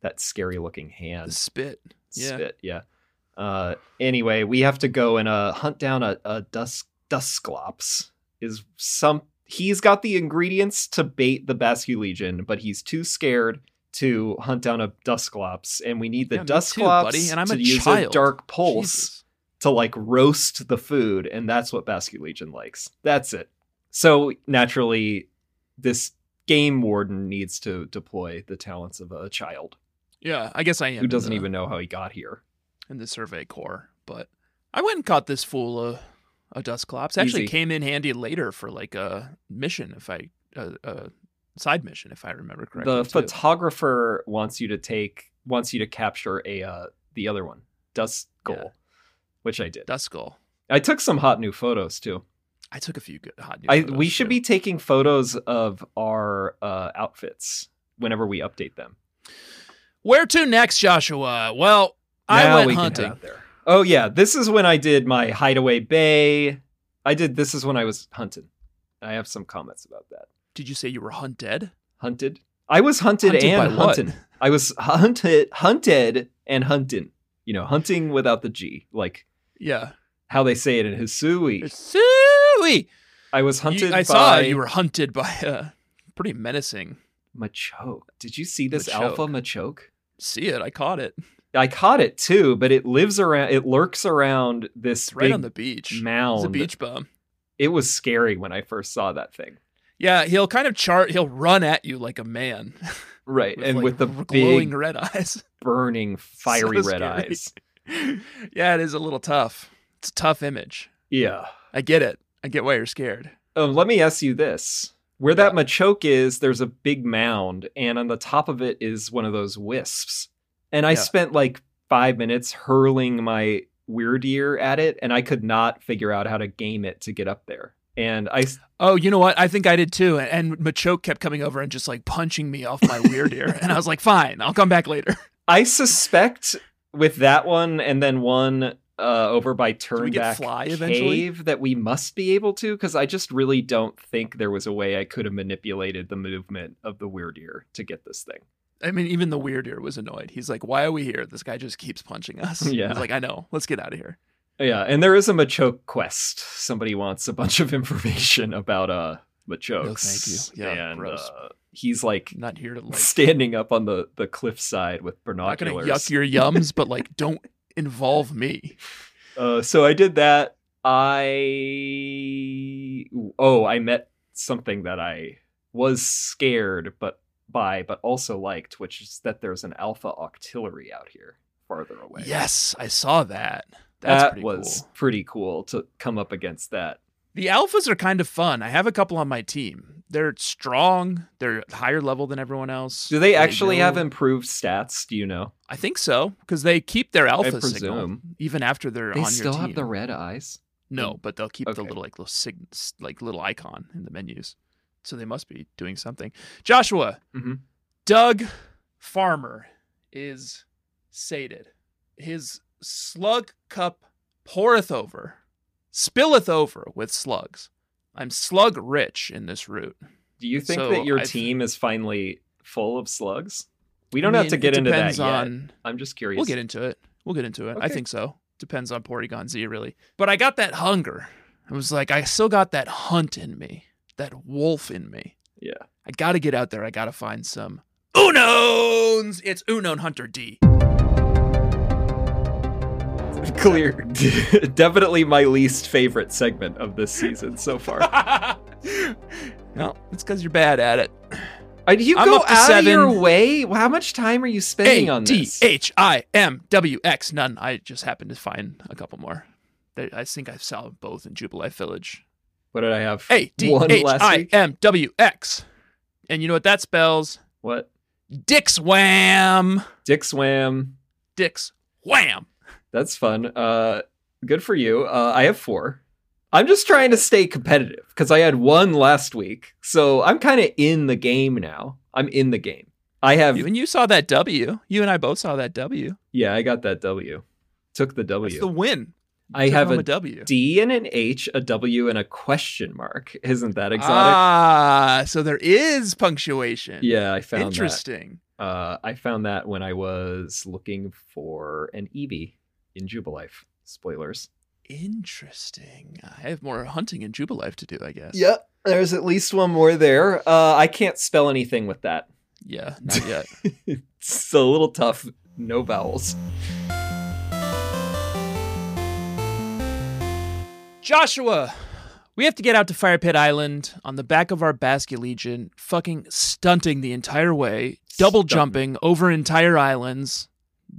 S2: that scary looking
S1: The
S2: hand
S1: spit. Yeah.
S2: spit, yeah. Uh anyway, we have to go and uh hunt down a, a dusk dusclops is some he's got the ingredients to bait the Bascu Legion, but he's too scared to hunt down a dusclops and we need the
S1: Yeah, me too,
S2: dusclops
S1: buddy, and I'm
S2: to
S1: a
S2: use a
S1: child.
S2: dark pulse
S1: Jesus.
S2: to like roast the food, and that's what Bascu Legion likes. That's it. So naturally, this game warden needs to deploy the talents of a child
S1: Yeah, uh, I guess I am.
S2: who doesn't
S1: in the-
S2: even know how he got here.
S1: in the Survey Corps, but I went and caught this fool a a Dusclops. Actually,
S2: Easy.
S1: came in handy later for like a mission, if I a, a side mission, if I remember correctly.
S2: The
S1: too.
S2: photographer wants you to take wants you to capture a uh, the other one, Dust Goal,
S1: Yeah.
S2: which I did.
S1: Duskull.
S2: I took some hot new photos too.
S1: I took a few good hot new
S2: I
S1: photos,
S2: we should
S1: too.
S2: be taking photos of our uh, outfits whenever we update them.
S1: Where to next, Joshua? Well, I
S2: Now
S1: went
S2: we can head
S1: hunting.
S2: out there. Oh yeah, this is when I did my hideaway bay. I did this is when I was hunting. I have some comments about that.
S1: Did you say you were hunted?
S2: Hunted. I was hunted,
S1: Hunted by
S2: and
S1: what?
S2: hunting. I was hunted, hunted and hunting. You know, hunting without the G, like
S1: Yeah.
S2: how they say it in Hisui.
S1: Suey!
S2: I was
S1: You-
S2: hunted.
S1: I saw
S2: by
S1: you were hunted by a pretty menacing.
S2: Machoke. Did you see this
S1: Machoke.
S2: alpha Machoke?
S1: See it? I caught it.
S2: I caught it too, but it lives around. It lurks around this
S1: It's right
S2: big
S1: on the beach. It's
S2: mound.
S1: a beach bum.
S2: It was scary when I first saw that thing.
S1: Yeah, he'll kind of chart. He'll run at you like a man,
S2: Right, and
S1: like,
S2: with the
S1: r- glowing
S2: big
S1: red eyes.
S2: burning fiery red
S1: scary.
S2: eyes.
S1: yeah, it is a little tough. It's a tough image.
S2: Yeah.
S1: I get it. I get why you're scared.
S2: Um, let me ask you this: where that machoke is, there's a big mound, and on the top of it is one of those wisps. And I
S1: Yeah.
S2: spent like five minutes hurling my weird ear at it, and I could not figure out how to game it to get up there. And I s-
S1: Oh, you know what? I think I did too. And, and Machoke kept coming over and just like punching me off my weird ear. And I was like, fine, I'll come back later.
S2: I suspect with that one, and then one. Uh, over by
S1: we get
S2: Turnback
S1: fly eventually?
S2: Cave that we must be able to because I just really don't think there was a way I could have manipulated the movement of the weird ear to get this thing.
S1: I mean, even the weird ear was annoyed. He's like, why are we here? This guy just keeps punching us.
S2: Yeah.
S1: He's like, I know. Let's get out of here.
S2: Yeah, and there is a Machoke quest. Somebody wants a bunch of information about uh Machokes.
S1: Oh, thank you. Yeah,
S2: and,
S1: gross.
S2: uh, he's like
S1: I'm not here to like,
S2: standing up on the the cliffside with
S1: I'm not going
S2: binoculars.
S1: to yuck your yums, but like, don't involve me.
S2: Uh, so I did that. I oh, I met something that I was scared but by, but also liked, which is that there's an alpha octillery out here farther away.
S1: Yes, I saw that. That's
S2: that
S1: pretty
S2: was
S1: cool.
S2: pretty cool to come up against that.
S1: The alphas are kind of fun. I have a couple on my team. They're strong. They're higher level than everyone else.
S2: Do they actually
S1: know-
S2: have improved stats? Do you know?
S1: I think so because they keep their alpha signal
S2: presume.
S1: even after they're
S2: They
S1: on
S2: still
S1: your team.
S2: have the red eyes.
S1: no, but they'll keep the
S2: Okay.
S1: little like little sig- s- like little icon in the menus, so they must be doing something. Joshua,
S2: Mhm.
S1: Doug Farmer is sated. His slug cup poureth over, spilleth over with slugs. I'm slug rich in this route.
S2: Do you think
S1: So
S2: that your
S1: I th-
S2: team is finally full of slugs? We don't
S1: I
S2: have to
S1: mean,
S2: get
S1: it
S2: into that
S1: depends
S2: yet.
S1: on
S2: I'm just curious.
S1: We'll get into it. We'll get into it. I
S2: Okay.
S1: think so. Depends on Porygon Z, really. But I got that hunger. I was like, I still got that hunt in me, that wolf in me.
S2: Yeah.
S1: I got to get out there. I got to find some Unones. It's Unown Hunter D.
S2: Clear. Definitely my least favorite segment of this season so far.
S1: no, it's because you're bad at it.
S2: Are you
S1: I'm
S2: go
S1: up to
S2: out of your
S1: seven.
S2: way? How much time are you spending
S1: A
S2: on
S1: D
S2: this?
S1: H I M W X. None. I just happened to find a couple more. They- I think I saw both in Jubilife Village.
S2: What did I have?
S1: A D
S2: One
S1: H
S2: last
S1: I
S2: week.
S1: M W X. And you know what that spells?
S2: What?
S1: Dicks wham.
S2: Dick swam.
S1: Dicks wham.
S2: That's fun. Uh, good for you. Uh, I have four. I'm just trying to stay competitive because I had one last week, so I'm kind of in the game now. I'm in the game. I have.
S1: You, and you saw that W. You and I both saw that W.
S2: Yeah, I got that W. Took the
S1: That's
S2: W.
S1: the win.
S2: I
S1: Took
S2: have
S1: home
S2: a
S1: a W.
S2: D and an H, a W and a question mark. Isn't that exotic?
S1: Ah, so there is punctuation.
S2: yeah, I found
S1: Interesting.
S2: that. Uh, I found that when I was looking for an Eevee in Jubilife. Spoilers.
S1: Interesting. I have more hunting in Jubilife to do, I guess.
S2: Yep, there's at least one more there. Uh, I can't spell anything with that.
S1: Yeah, not yet.
S2: it's a little tough. No vowels.
S1: Joshua, we have to get out to Fire Pit Island on the back of our Basque Legion, fucking stunting the entire way, double
S2: Stunting.
S1: jumping over entire islands,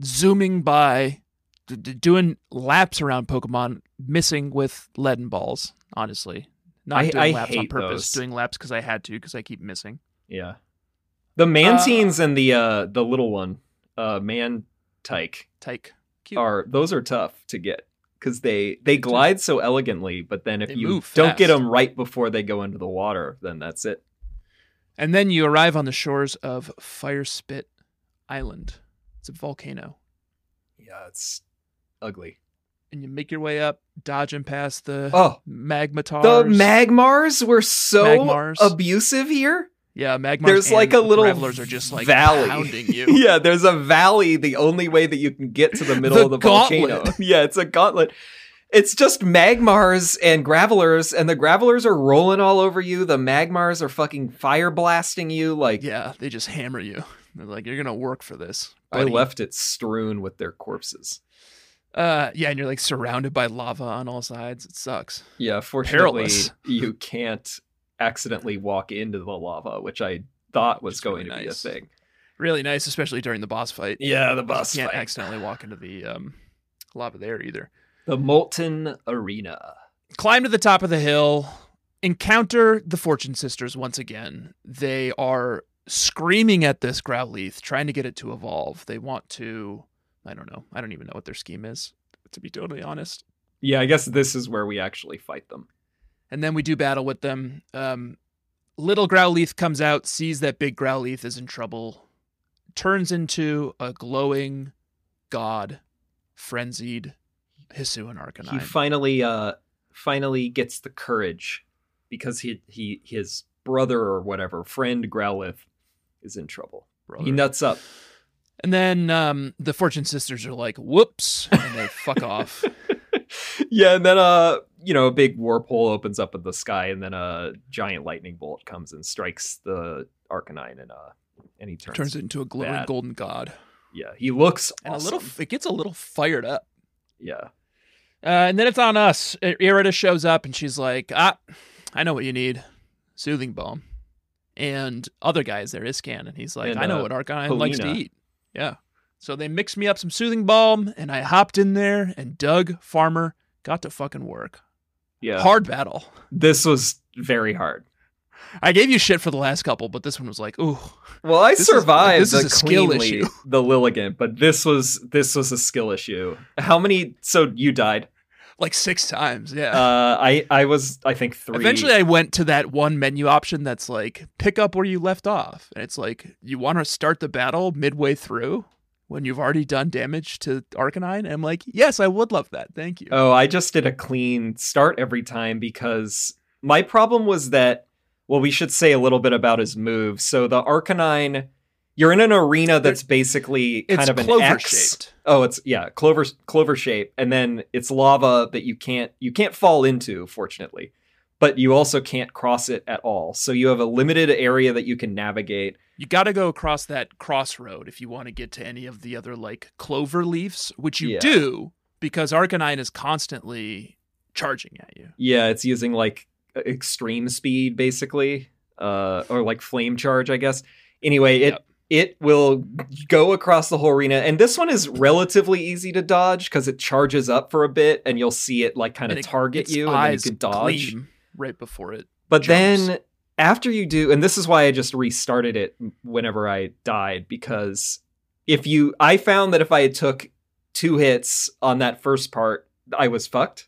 S1: zooming by, d- d- doing laps around Pokemon, missing with leaden balls, honestly. Not
S2: I-
S1: doing
S2: I
S1: laps on
S2: hate
S1: purpose,
S2: those.
S1: doing laps because I had to because I keep missing.
S2: Yeah. The Mantines and the uh the little one, uh Mantike,
S1: Tyke. Cute.
S2: are those are tough to get because they they glide so elegantly, but then if
S1: They
S2: you
S1: move
S2: don't get
S1: fast.
S2: them right before they go into the water, then that's it.
S1: And then you arrive on the shores of Fire Spit Island. It's a volcano.
S2: Yeah, it's ugly.
S1: And you make your way up, dodging past the
S2: Oh,
S1: Magmatars.
S2: the Magmars were so
S1: Magmars.
S2: abusive here.
S1: yeah, Magmars.
S2: There's
S1: and
S2: like a little
S1: Revelers are just like
S2: valley.
S1: pounding you.
S2: yeah, there's a valley. The only way that you can get to the middle
S1: The
S2: of the volcano.
S1: gauntlet.
S2: Yeah, it's a gauntlet. It's just magmars and gravelers, and the gravelers are rolling all over you. The magmars are fucking fire blasting you. Like
S1: yeah, they just hammer you. They're like, you're gonna work for this.
S2: I
S1: buddy."
S2: left it strewn with their corpses.
S1: Uh, yeah, and you're like surrounded by lava on all sides. It sucks.
S2: Yeah, fortunately,
S1: Perilous.
S2: you can't accidentally walk into the lava, which I thought was
S1: Which is
S2: going
S1: really
S2: to
S1: nice.
S2: be a thing.
S1: Really nice, especially during the boss fight.
S2: Yeah, the boss
S1: you can't
S2: fight.
S1: accidentally walk into the um, lava there either.
S2: the molten arena.
S1: climb to the top of the hill, encounter the Fortune Sisters once again. They are screaming at this Growlithe, trying to get it to evolve. They want to, I don't know, I don't even know what their scheme is, to be totally honest.
S2: Yeah, I guess this is where we actually fight them.
S1: And then we do battle with them. Um, little Growlithe comes out, sees that big Growlithe is in trouble, turns into a glowing god, frenzied Hisuian
S2: he
S1: Arcanine.
S2: finally uh finally gets the courage because he he his brother or whatever friend Growlithe is in trouble.
S1: brother.
S2: He nuts up.
S1: And then um, the Fortune Sisters are like, whoops, and they fuck off.
S2: yeah, and then uh you know a big warp hole opens up in the sky, and then a giant lightning bolt comes and strikes the Arcanine, and uh and he turns.
S1: Turns it into a glowing
S2: bad.
S1: golden god.
S2: yeah, he looks
S1: And
S2: awesome.
S1: a little, it gets a little fired up.
S2: yeah.
S1: Uh, and then it's on us. I- Irida shows up and she's like, ah, I know what you need. Soothing balm. And other guys there, Iskan, and he's like,
S2: And,
S1: I know
S2: uh,
S1: what Arcanine likes to
S2: Polina.
S1: eat. Yeah. So they mixed me up some soothing balm and I hopped in there and Doug Farmer got to fucking work.
S2: Yeah,
S1: Hard battle.
S2: this was very hard.
S1: I gave you shit for the last couple, but this one was like, ooh.
S2: Well, I
S1: This is-
S2: survived
S1: this is
S2: the
S1: a skill
S2: cleanly-
S1: issue.
S2: the Lilligant, but this was this was a skill issue. How many? So you died.
S1: like six times. Yeah.
S2: Uh, I I was I think three.
S1: Eventually, I went to that one menu option that's like pick up where you left off, and it's like you want to start the battle midway through when you've already done damage to Arcanine. And I'm like, yes, I would love that. Thank you.
S2: oh, I just did a clean start every time because my problem was that. Well, we should say a little bit about his moves. So the Arcanine, you're in an arena that's basically kind
S1: it's
S2: of an
S1: clover
S2: X.
S1: shaped.
S2: Oh, it's yeah, clover clover shape, and then it's lava that you can't you can't fall into, fortunately, but you also can't cross it at all. So you have a limited area that you can navigate.
S1: You got to go across that crossroad if you want to get to any of the other like clover leaves, which you
S2: Yeah.
S1: do because Arcanine is constantly charging at you.
S2: Yeah, it's using like e-, extreme speed basically, uh, or like flame charge, I guess. Anyway, it
S1: Yep.
S2: it will go across the whole arena, and this one is relatively easy to dodge because it charges up for a bit, and you'll see it like kind
S1: And
S2: of
S1: it-
S2: target
S1: its
S2: you, and then you
S1: eyes
S2: can dodge.
S1: gleam right before it.
S2: But
S1: jumps.
S2: then after you do, and this is why I just restarted it whenever I died because if you, I found that if I had took two hits on that first part, I was fucked.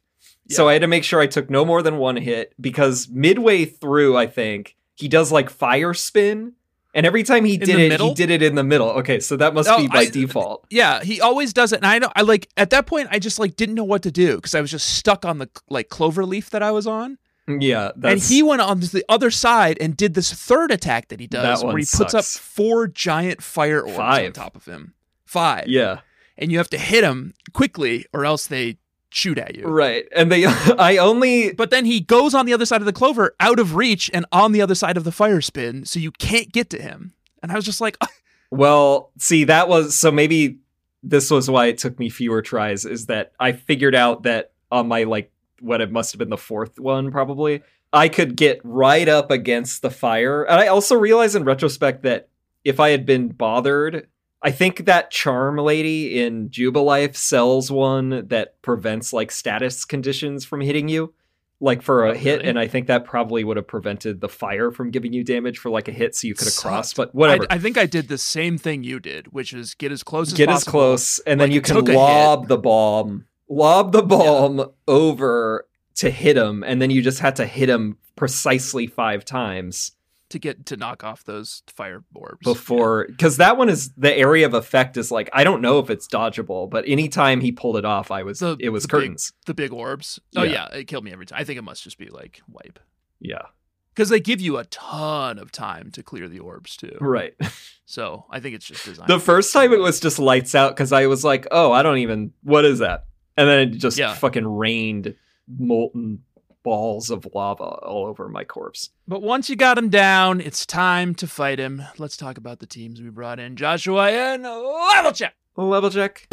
S2: So
S1: Yeah.
S2: I had to make sure I took no more than one hit because midway through, I think he does like fire spin And every time he
S1: the
S2: did it,
S1: middle?
S2: he did it in the middle. Okay, so that must
S1: Oh,
S2: be by
S1: I-
S2: default.
S1: Yeah, he always does it, and I know. I like at that point, I just like didn't know what to do because I was just stuck on the like clover leaf that I was on,
S2: Yeah, that's
S1: and he went on to the other side and did this third attack that he does,
S2: That
S1: where
S2: one
S1: he puts up
S2: sucks.
S1: four giant fire orbs on
S2: Five.
S1: top of him, five,
S2: yeah.
S1: and you have to hit him quickly or else they shoot at you.
S2: Right. And they I only
S1: But then he goes on the other side of the clover, out of reach, and on the other side of the fire spin, so you can't get to him. And I was just like,
S2: well, see that was so maybe this was why it took me fewer tries is that I figured out that on my like what it must have been the fourth one probably I could get right up against the fire. And I also realized in retrospect that if I had been bothered, I think that charm lady in Jubilife sells one that prevents like status conditions from hitting you, like for a
S1: Oh,
S2: hit.
S1: really?
S2: And I think that probably would have prevented the fire from giving you damage for like a hit, so you could have
S1: Sucked.
S2: crossed. But
S1: I,
S2: whatever,
S1: I think I did the same thing you did, which is get as close as
S2: get as
S1: possible.
S2: close, and then
S1: Like,
S2: you
S1: it
S2: can
S1: took a hit.
S2: lob the bomb, lob the bomb over to hit him, and then you just had to hit him precisely five times.
S1: to get to knock off those fire orbs
S2: before because that one is the area of effect is like I don't know if it's dodgeable, but anytime he pulled it off, I was
S1: The-
S2: it was
S1: the big-
S2: curtains.
S1: the big orbs. Oh yeah.
S2: Yeah.
S1: it killed me every time. I think it must just be like wipe
S2: Yeah,
S1: because they give you a ton of time to clear the orbs too.
S2: right.
S1: So I think it's just designed.
S2: The first time it was just lights out because I was like, oh, I don't even what is that, and then it just
S1: Yeah.
S2: fucking rained molten balls of lava all over my corpse.
S1: But once you got him down, it's time to fight him. Let's talk about the teams we brought in. Joshua and level check.
S2: Level check.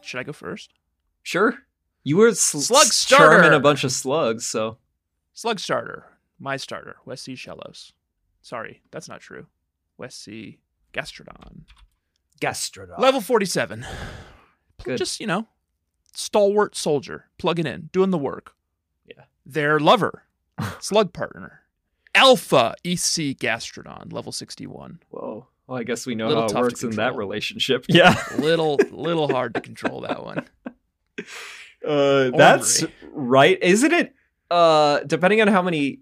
S1: Should I go first?
S2: Sure. You were sl-
S1: Slug
S2: charming
S1: starter.
S2: a bunch of slugs, so
S1: Slug starter, my starter, West Sea Shellos. Sorry, that's not true. West Sea Gastrodon.
S2: gastrodon.
S1: Level 47.
S2: Good.
S1: Just, you know, stalwart soldier, plugging in, doing the work.
S2: Yeah.
S1: Their lover, slug partner, Alpha EC Gastrodon, level 61.
S2: Whoa. Well, I guess we know
S1: Little
S2: how it
S1: tough to
S2: works in that
S1: control.
S2: relationship. Yeah.
S1: Little, little hard to control that one.
S2: Uh, that's right. Isn't it? Uh, depending on how many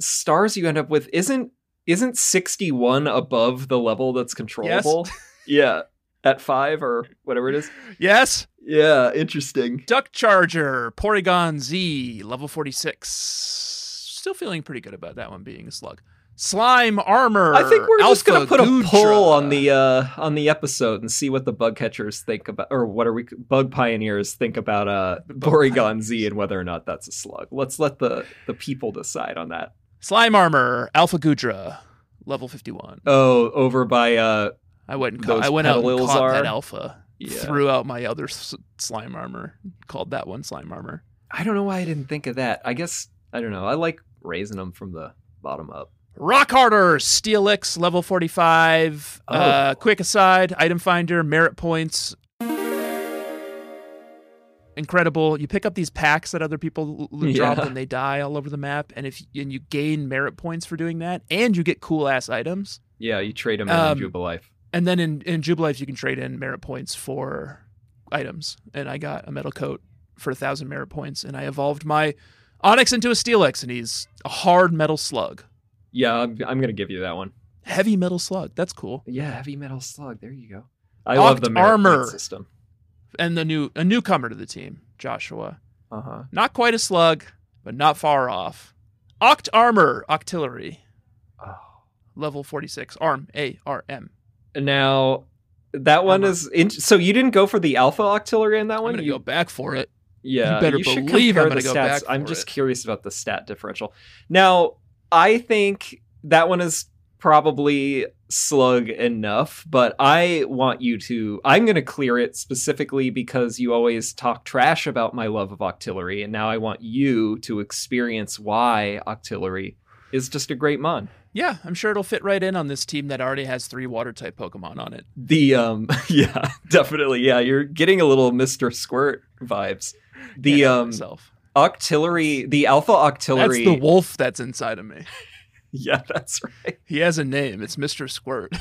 S2: stars you end up with, isn't isn't sixty one above the level that's controllable? yeah, at five or whatever it is.
S1: Yes.
S2: Yeah, interesting.
S1: Duck Charger, Porygon Z, level 46. Still feeling pretty good about that one being a slug. Slime Armor.
S2: I think we're just gonna
S1: Alpha
S2: put a poll
S1: Gudra.
S2: on the uh, on the episode and see what the bug catchers think about, or what are we bug pioneers think about uh,
S1: bug
S2: Borygon Z and whether or not that's a slug. Let's let the the people decide on that.
S1: Slime Armor, Alpha Gudra, level 51.
S2: Oh, over by uh,
S1: I went and
S2: Those
S1: caught, I went out and
S2: pedalils
S1: caught
S2: are-
S1: that alpha.
S2: Yeah.
S1: Threw out my other s- slime armor. Called that one slime armor.
S2: I don't know why I didn't think of that. I guess I don't know. I like raising them from the bottom up.
S1: Rock harder, steel X level forty five.
S2: Oh.
S1: Uh, quick aside, item finder, merit points. Incredible! You pick up these packs that other people l- l- drop
S2: Yeah.
S1: and they die all over the map, and if and you gain merit points for doing that, and you get cool ass items.
S2: Yeah, you trade them
S1: Um,
S2: in Jubilife.
S1: And then in, in Jubilife, you can trade in merit points for items. And I got a metal coat for a thousand merit points, and I evolved my Onyx into a Steelix, and he's a hard metal slug,
S2: Yeah, I'm, I'm gonna give you that one.
S1: heavy metal slug. That's cool.
S2: Yeah, heavy metal slug. There you go. I
S1: Oct
S2: love the merit
S1: armor.
S2: point system.
S1: And the new a newcomer to the team, Joshua.
S2: Uh huh.
S1: Not quite a slug, but not far off. Oct armor, octillery,
S2: Oh.
S1: level forty six, arm A R M.
S2: Now that one
S1: Armor.
S2: is in- so you didn't go for the alpha octillery in that
S1: I'm
S2: one.
S1: gonna
S2: You-
S1: go back for it.
S2: yeah,
S1: you better
S2: should
S1: believe I'm gonna
S2: compare the
S1: go
S2: stats.
S1: back
S2: I'm
S1: for
S2: just
S1: it.
S2: curious about the stat differential. Now, I think that one is probably slug enough, but I want you to. I'm going to clear it specifically because you always talk trash about my love of octillery, and now I want you to experience why octillery is just a great mon.
S1: Yeah, I'm sure it'll fit right in on this team that already has three water type Pokemon on it.
S2: The um, yeah, definitely, yeah. You're getting a little Mister Squirt vibes. The
S1: Can't help
S2: um,
S1: myself.
S2: octillery, the alpha
S1: That's
S2: octillery.
S1: the wolf that's inside of me.
S2: yeah, that's right.
S1: He has a name. It's Mr. Squirt.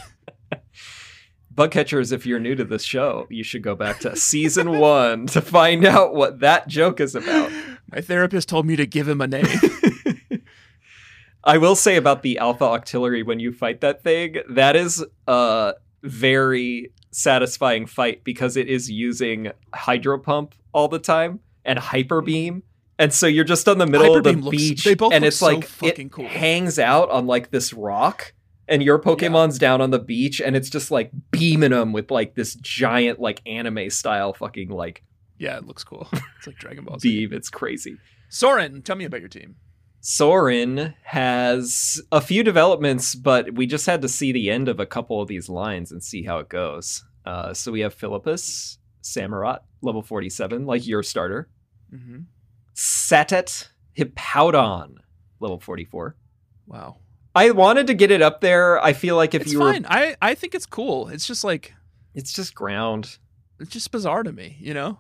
S2: Bug catchers, if you're new to this show, you should go back to season one to find out what that joke is about.
S1: My therapist told me to give him a name.
S2: I will say about the Alpha Octillery when you fight that thing, that is a very satisfying fight because it is using Hydro Pump all the time and Hyper Beam. And so you're just on the middle
S1: Hyper
S2: of the
S1: Beam looks-
S2: beach,
S1: they both
S2: and
S1: look
S2: it's
S1: so
S2: like
S1: fucking
S2: it
S1: cool.
S2: hangs out on like this rock, and your Pokemon's down on the beach, and it's just like beaming them with like this giant like anime style fucking like
S1: Yeah, it looks cool. It's like Dragon Ball Z.
S2: beam. It's crazy.
S1: Soren, tell me about your team.
S2: Soren has a few developments, but we just had to see the end of a couple of these lines and see how it goes. Uh, so we have Philippus, Samurott, level 47, like your starter.
S1: Mm-hmm.
S2: Satet, Hippowdon, level 44.
S1: Wow,
S2: I wanted to get it up there. I feel like if
S1: it's
S2: you
S1: fine.
S2: were.
S1: I I think it's cool. It's just like
S2: It's just ground.
S1: it's just bizarre to me. You know,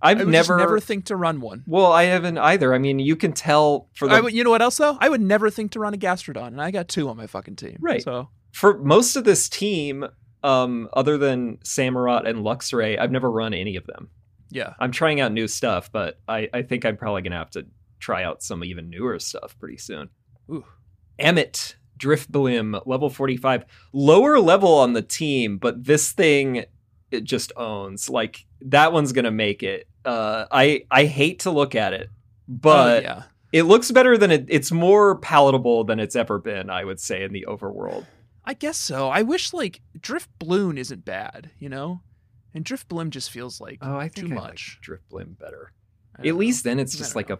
S2: I've
S1: I would just
S2: never.
S1: never think to run one.
S2: well, I haven't either. I mean, you can tell for the
S1: I would, you know what else though? I would never think to run a Gastrodon, and I got two on my fucking team.
S2: Right.
S1: So
S2: for most of this team, um, other than Samurott and Luxray, I've never run any of them.
S1: yeah,
S2: I'm trying out new stuff, but I, I think I'm probably gonna have to try out some even newer stuff pretty soon.
S1: Ooh.
S2: Emmett Driftblim, level 45, lower level on the team, but this thing it just owns. Like that one's gonna make it. Uh, I I hate to look at it, but
S1: Oh, yeah,
S2: it looks better than it. It's more palatable than it's ever been. I would say in the overworld.
S1: I guess so. I wish like Drift Bloom isn't bad, you know, and Drift Bloom just feels like
S2: Oh, I
S1: think
S2: too
S1: I
S2: much Driftblim better.
S1: I don't
S2: At
S1: know.
S2: least then it's
S1: I
S2: just
S1: don't
S2: like a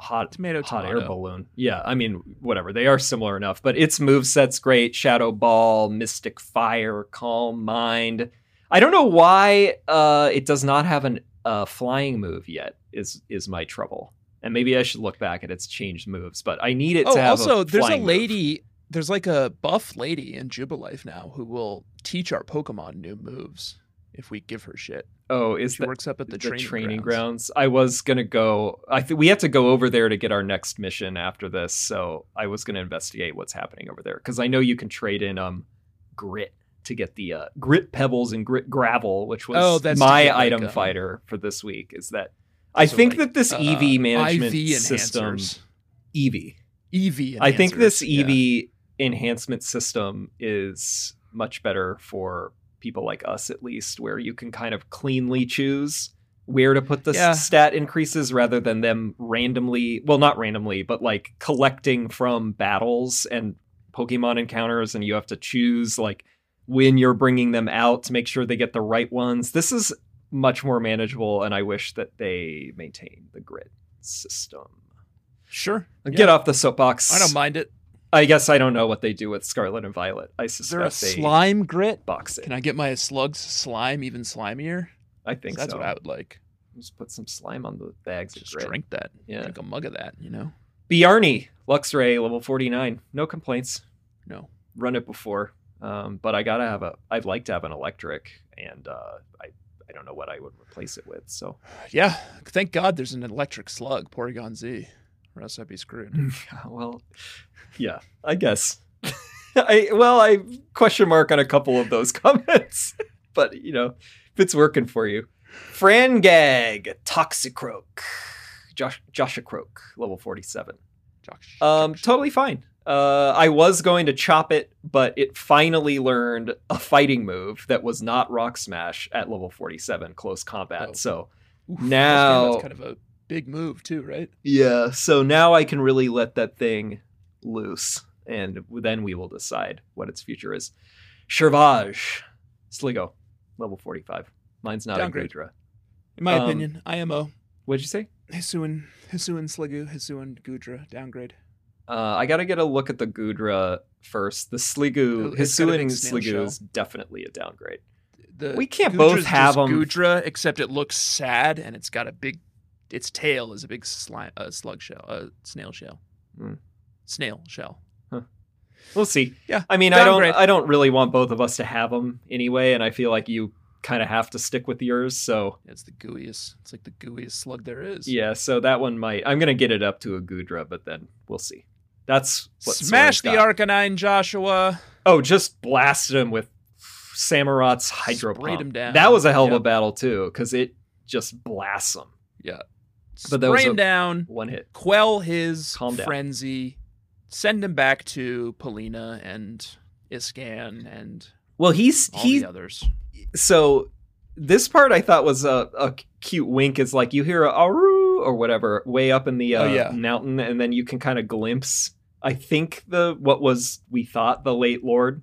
S2: hot
S1: tomato
S2: hot
S1: tomato.
S2: air balloon. Yeah, I mean, whatever. They are similar enough, but its moveset's great. Shadow Ball, Mystic Fire, Calm Mind. I don't know why uh, it does not have an uh, flying move yet. Is is my trouble? And maybe I should look back at its changed moves, but I need it
S1: oh,
S2: to have.
S1: also
S2: a
S1: there's a
S2: flying move.
S1: lady. There's like a buff lady in Jubilife now who will teach our Pokemon new moves if we give her shit.
S2: Oh, is
S1: she
S2: that
S1: works up at the, training, ground.
S2: grounds. I was gonna go. I think we have to go over there to get our next mission after this. So I was gonna investigate what's happening over there because I know you can trade in um grit to get the uh, grit pebbles and grit gravel, which was
S1: Oh, that's to
S2: my
S1: get, like,
S2: item
S1: um,
S2: fighter for this week. Is that I
S1: So,
S2: think
S1: like,
S2: that this
S1: Uh,
S2: EV management
S1: IV
S2: system E
S1: enhancers.
S2: EV
S1: EV.
S2: I think this
S1: E
S2: E
S1: enhancers, yeah.
S2: EV enhancement system is much better for people like us, at least, where you can kind of cleanly choose where to put the s-
S1: Yeah.
S2: stat increases rather than them randomly, well, not randomly, but like collecting from battles and Pokemon encounters, and you have to choose like when you're bringing them out to make sure they get the right ones. This is much more manageable, and I wish that they maintain the grid system.
S1: Sure.
S2: Get
S1: yeah.
S2: off the soapbox.
S1: I don't mind it.
S2: I guess I don't know what they do with Scarlet and Violet. I
S1: Is
S2: suspect
S1: there a
S2: they
S1: slime grit?
S2: box it.
S1: Can I get my slugs slime even slimier?
S2: I, think
S1: that's
S2: so.
S1: what I would like.
S2: Just put some slime on the bags. of
S1: Just
S2: grit.
S1: drink that.
S2: Yeah.
S1: Drink a mug of that. You know.
S2: Biarni, Luxray, level forty nine. No complaints.
S1: No.
S2: Run it before, um, but I gotta have a. I'd like to have an electric, and uh, I I don't know what I would replace it with. So
S1: Yeah. Thank God there's an electric slug, Porygon Z, or else I'd be screwed.
S2: well, yeah, I guess. I well, I question mark on a couple of those comments, but you know, if it's working for you, Frangag, Toxicroak, Josh, Joshua Croak, level forty-seven.
S1: Josh.
S2: Um,
S1: Josh.
S2: totally fine. Uh, I was going to chop it, but it finally learned a fighting move that was not Rock Smash at level forty-seven, close combat.
S1: Oh.
S2: So
S1: Oof,
S2: now-
S1: that's kind of a big move too, right?
S2: yeah, so now I can really let that thing loose, and then we will decide what its future is. Chervage, Sligo, level 45. Mine's not
S1: Downgrade.
S2: a Gudra.
S1: In my
S2: Um,
S1: opinion, IMO,
S2: What'd you say?
S1: Hisuian, Hisuian Sligu, Hisuian Gudra, downgrade.
S2: Uh, I gotta get a look at the Gudra first. The Sligo,
S1: Oh, it's got a
S2: Hisuian
S1: big snail
S2: Sligo
S1: shell.
S2: is definitely a downgrade.
S1: The
S2: We can't both
S1: Gudra's
S2: have
S1: just
S2: 'em.
S1: Gudra, except it looks sad, and it's got a big. Its tail is a big slime, uh, slug shell, uh, snail shell,
S2: Hmm.
S1: snail shell.
S2: We'll see.
S1: Yeah,
S2: I mean, I
S1: downgrade.
S2: don't, I don't really want both of us to have them anyway, and I feel like you kind of have to stick with yours. So
S1: It's the gooeyest. It's like the gooeyest slug there is.
S2: Yeah, so that one might. I'm gonna get it up to a Gudra, but then we'll see. That's what
S1: Smash the
S2: Soren's got.
S1: Arcanine, Joshua.
S2: Oh, just blasted him with Samurot's Hydro
S1: Sprayed
S2: Pump.
S1: him down.
S2: That was a hell of a
S1: Yep.
S2: battle too, because it just blasts him.
S1: Yeah.
S2: But that
S1: Spray
S2: was
S1: him
S2: a-
S1: down.
S2: One hit.
S1: Quell his
S2: Calm down.
S1: frenzy. send him back to Polina and Iskan and
S2: Well, he's
S1: all
S2: he
S1: the others.
S2: so this part I thought was a, a cute wink is like you hear a aru or whatever way up in the uh,
S1: Oh, yeah.
S2: mountain, and then you can kind of glimpse. I think the what was we thought the late lord,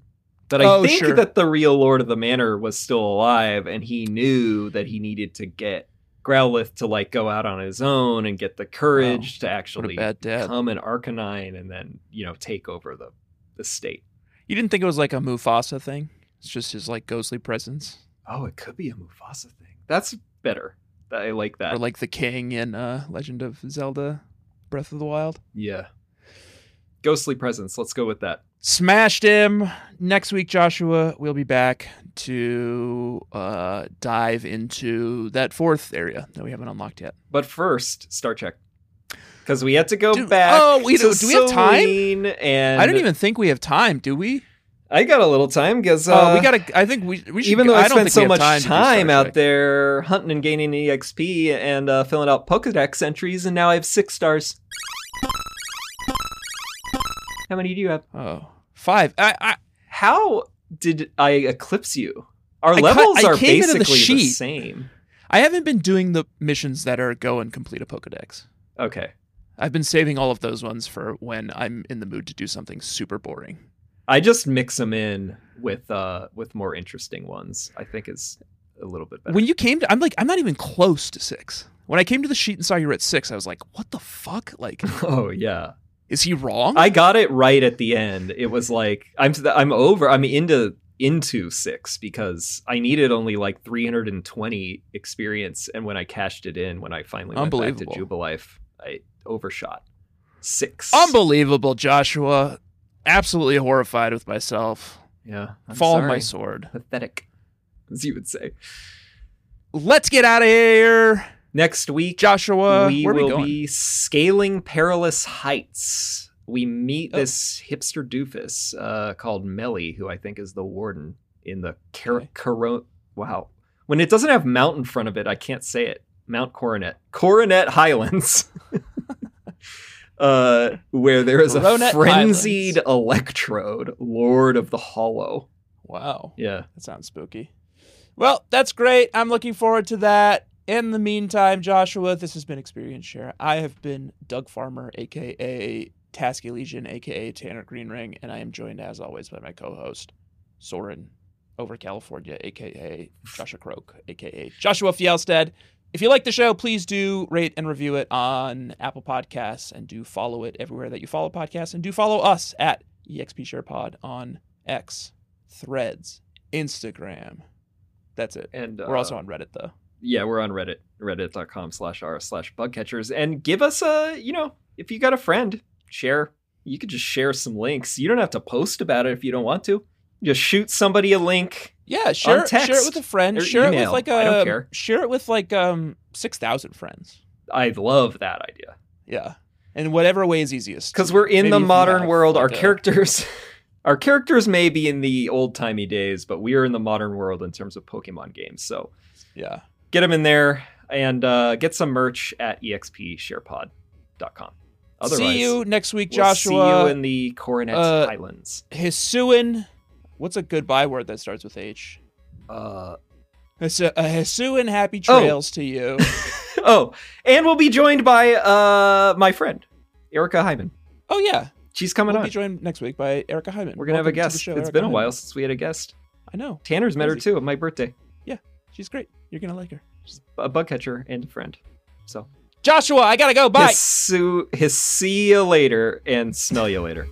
S2: but I
S1: Oh,
S2: think
S1: sure.
S2: that the real lord of the manor was still alive, and he knew that he needed to get Growlithe to like go out on his own and get the courage to
S1: What a
S2: actually
S1: bad dad.
S2: become an Arcanine and then you know take over the the state.
S1: You didn't think it was like a Mufasa thing? It's just his like ghostly presence,
S2: Oh, it could be a Mufasa thing. That's better. I like that.
S1: or like the king in uh, Legend of Zelda: Breath of the Wild.
S2: yeah. Ghostly presence. Let's go with that.
S1: Smashed him. Next week, Joshua, we'll be back to uh, dive into that fourth area that we haven't unlocked yet.
S2: But first, Star Trek. Because we had to go
S1: Do-
S2: back.
S1: oh, we-
S2: to
S1: do we have time?
S2: Selene, And
S1: I don't even think we have time, do we?
S2: I got a little time because
S1: Uh, we gotta. I think we we should.
S2: even though
S1: I
S2: I
S1: don't
S2: spent
S1: think
S2: so
S1: we have
S2: much
S1: time,
S2: time,
S1: to do Star
S2: out
S1: Trek.
S2: there hunting and gaining EXP and uh, filling out Pokedex entries, and now I have six stars. How many do you have?
S1: Oh, five. I, I
S2: How did I eclipse you? Our
S1: I cut-
S2: levels
S1: I
S2: are
S1: came
S2: basically
S1: into the
S2: the,
S1: sheet.
S2: same.
S1: I haven't been doing the missions that are go and complete a Pokedex.
S2: Okay.
S1: I've been saving all of those ones for when I'm in the mood to do something super boring.
S2: I just mix them in with uh with more interesting ones. I think is a little bit better.
S1: When you came to, I'm like, I'm not even close to six. When I came to the sheet and saw you were at six, I was like, what the fuck? Like,
S2: oh yeah.
S1: is he wrong?
S2: I got it right at the end. It was like I'm I'm over. I'm into into 6 because I needed only like 320 experience and when I cashed it in when I finally went back to
S1: Unbelievable.
S2: Jubilife, I overshot 6.
S1: Unbelievable, Joshua. Absolutely horrified with myself.
S2: yeah. I'm
S1: Fall on
S2: sorry.
S1: my sword.
S2: pathetic, as you would say.
S1: Let's get out of here.
S2: Next week,
S1: Joshua, uh,
S2: we
S1: where are we
S2: will
S1: going?
S2: be scaling perilous heights. We meet
S1: Oh.
S2: this hipster doofus uh, called Melly, who I think is the warden in the Car-
S1: Okay.
S2: Coro- Wow, when it doesn't have mount in front of it, I can't say it. Mount Coronet, Coronet Highlands, uh, where there is
S1: Coronet
S2: a frenzied electrode, Lord of the Hollow.
S1: wow.
S2: Yeah.
S1: That sounds spooky. Well, that's great. I'm looking forward to that. In the meantime, Joshua, this has been Experience Share. I have been Doug Farmer, aka Tasky Legion, aka Tanner Greenring, and I am joined as always by my co-host, Soren over California, aka Joshua Croak, aka Joshua Fielstead. If you like the show, please do rate and review it on Apple Podcasts and do follow it everywhere that you follow podcasts and do follow us at EXP Share Pod on X, Threads, Instagram. That's it.
S2: And
S1: We're also
S2: uh,
S1: on Reddit though.
S2: yeah, we're on Reddit, reddit.com slash r slash bugcatchers. And give us a, you know, if you got a friend, share. You could just share some links. You don't have to post about it if you don't want to. Just shoot somebody a link.
S1: Yeah, share it- share it
S2: text
S1: with a friend.
S2: or
S1: Share it with
S2: email.
S1: like
S2: I don't
S1: a
S2: care.
S1: share it with like um six thousand friends.
S2: I love that idea.
S1: Yeah, in whatever way is easiest.
S2: Because we're in
S1: Maybe
S2: the
S1: if you
S2: modern
S1: have,
S2: world. Our
S1: like, a-
S2: characters our characters may be in the old timey days, but we are in the modern world in terms of Pokemon games. So
S1: Yeah,
S2: get them in there and uh, get some merch at expsharepod.com. Otherwise,
S1: see you next week,
S2: we'll
S1: Joshua.
S2: see you in the Coronet
S1: uh,
S2: Highlands.
S1: Hisuian. What's a goodbye word that starts with H?
S2: Uh,
S1: It's a, a Hisuian happy
S2: Oh.
S1: trails to you.
S2: oh, and we'll be joined by uh, my friend Erica Hyman.
S1: Oh yeah,
S2: She's coming
S1: we'll
S2: on.
S1: be joined next week by Erica Hyman.
S2: We're gonna have a
S1: Welcome to the
S2: guest.
S1: show,
S2: it's
S1: Erica
S2: been a
S1: Hyman.
S2: while since we had a guest.
S1: I know.
S2: Tanner's met her
S1: Crazy.
S2: too at my birthday.
S1: She's great. You're gonna like her.
S2: She's a bug catcher and a friend. So
S1: Joshua, I gotta go. Bye.
S2: Hiss- hiss- see you later and smell you later.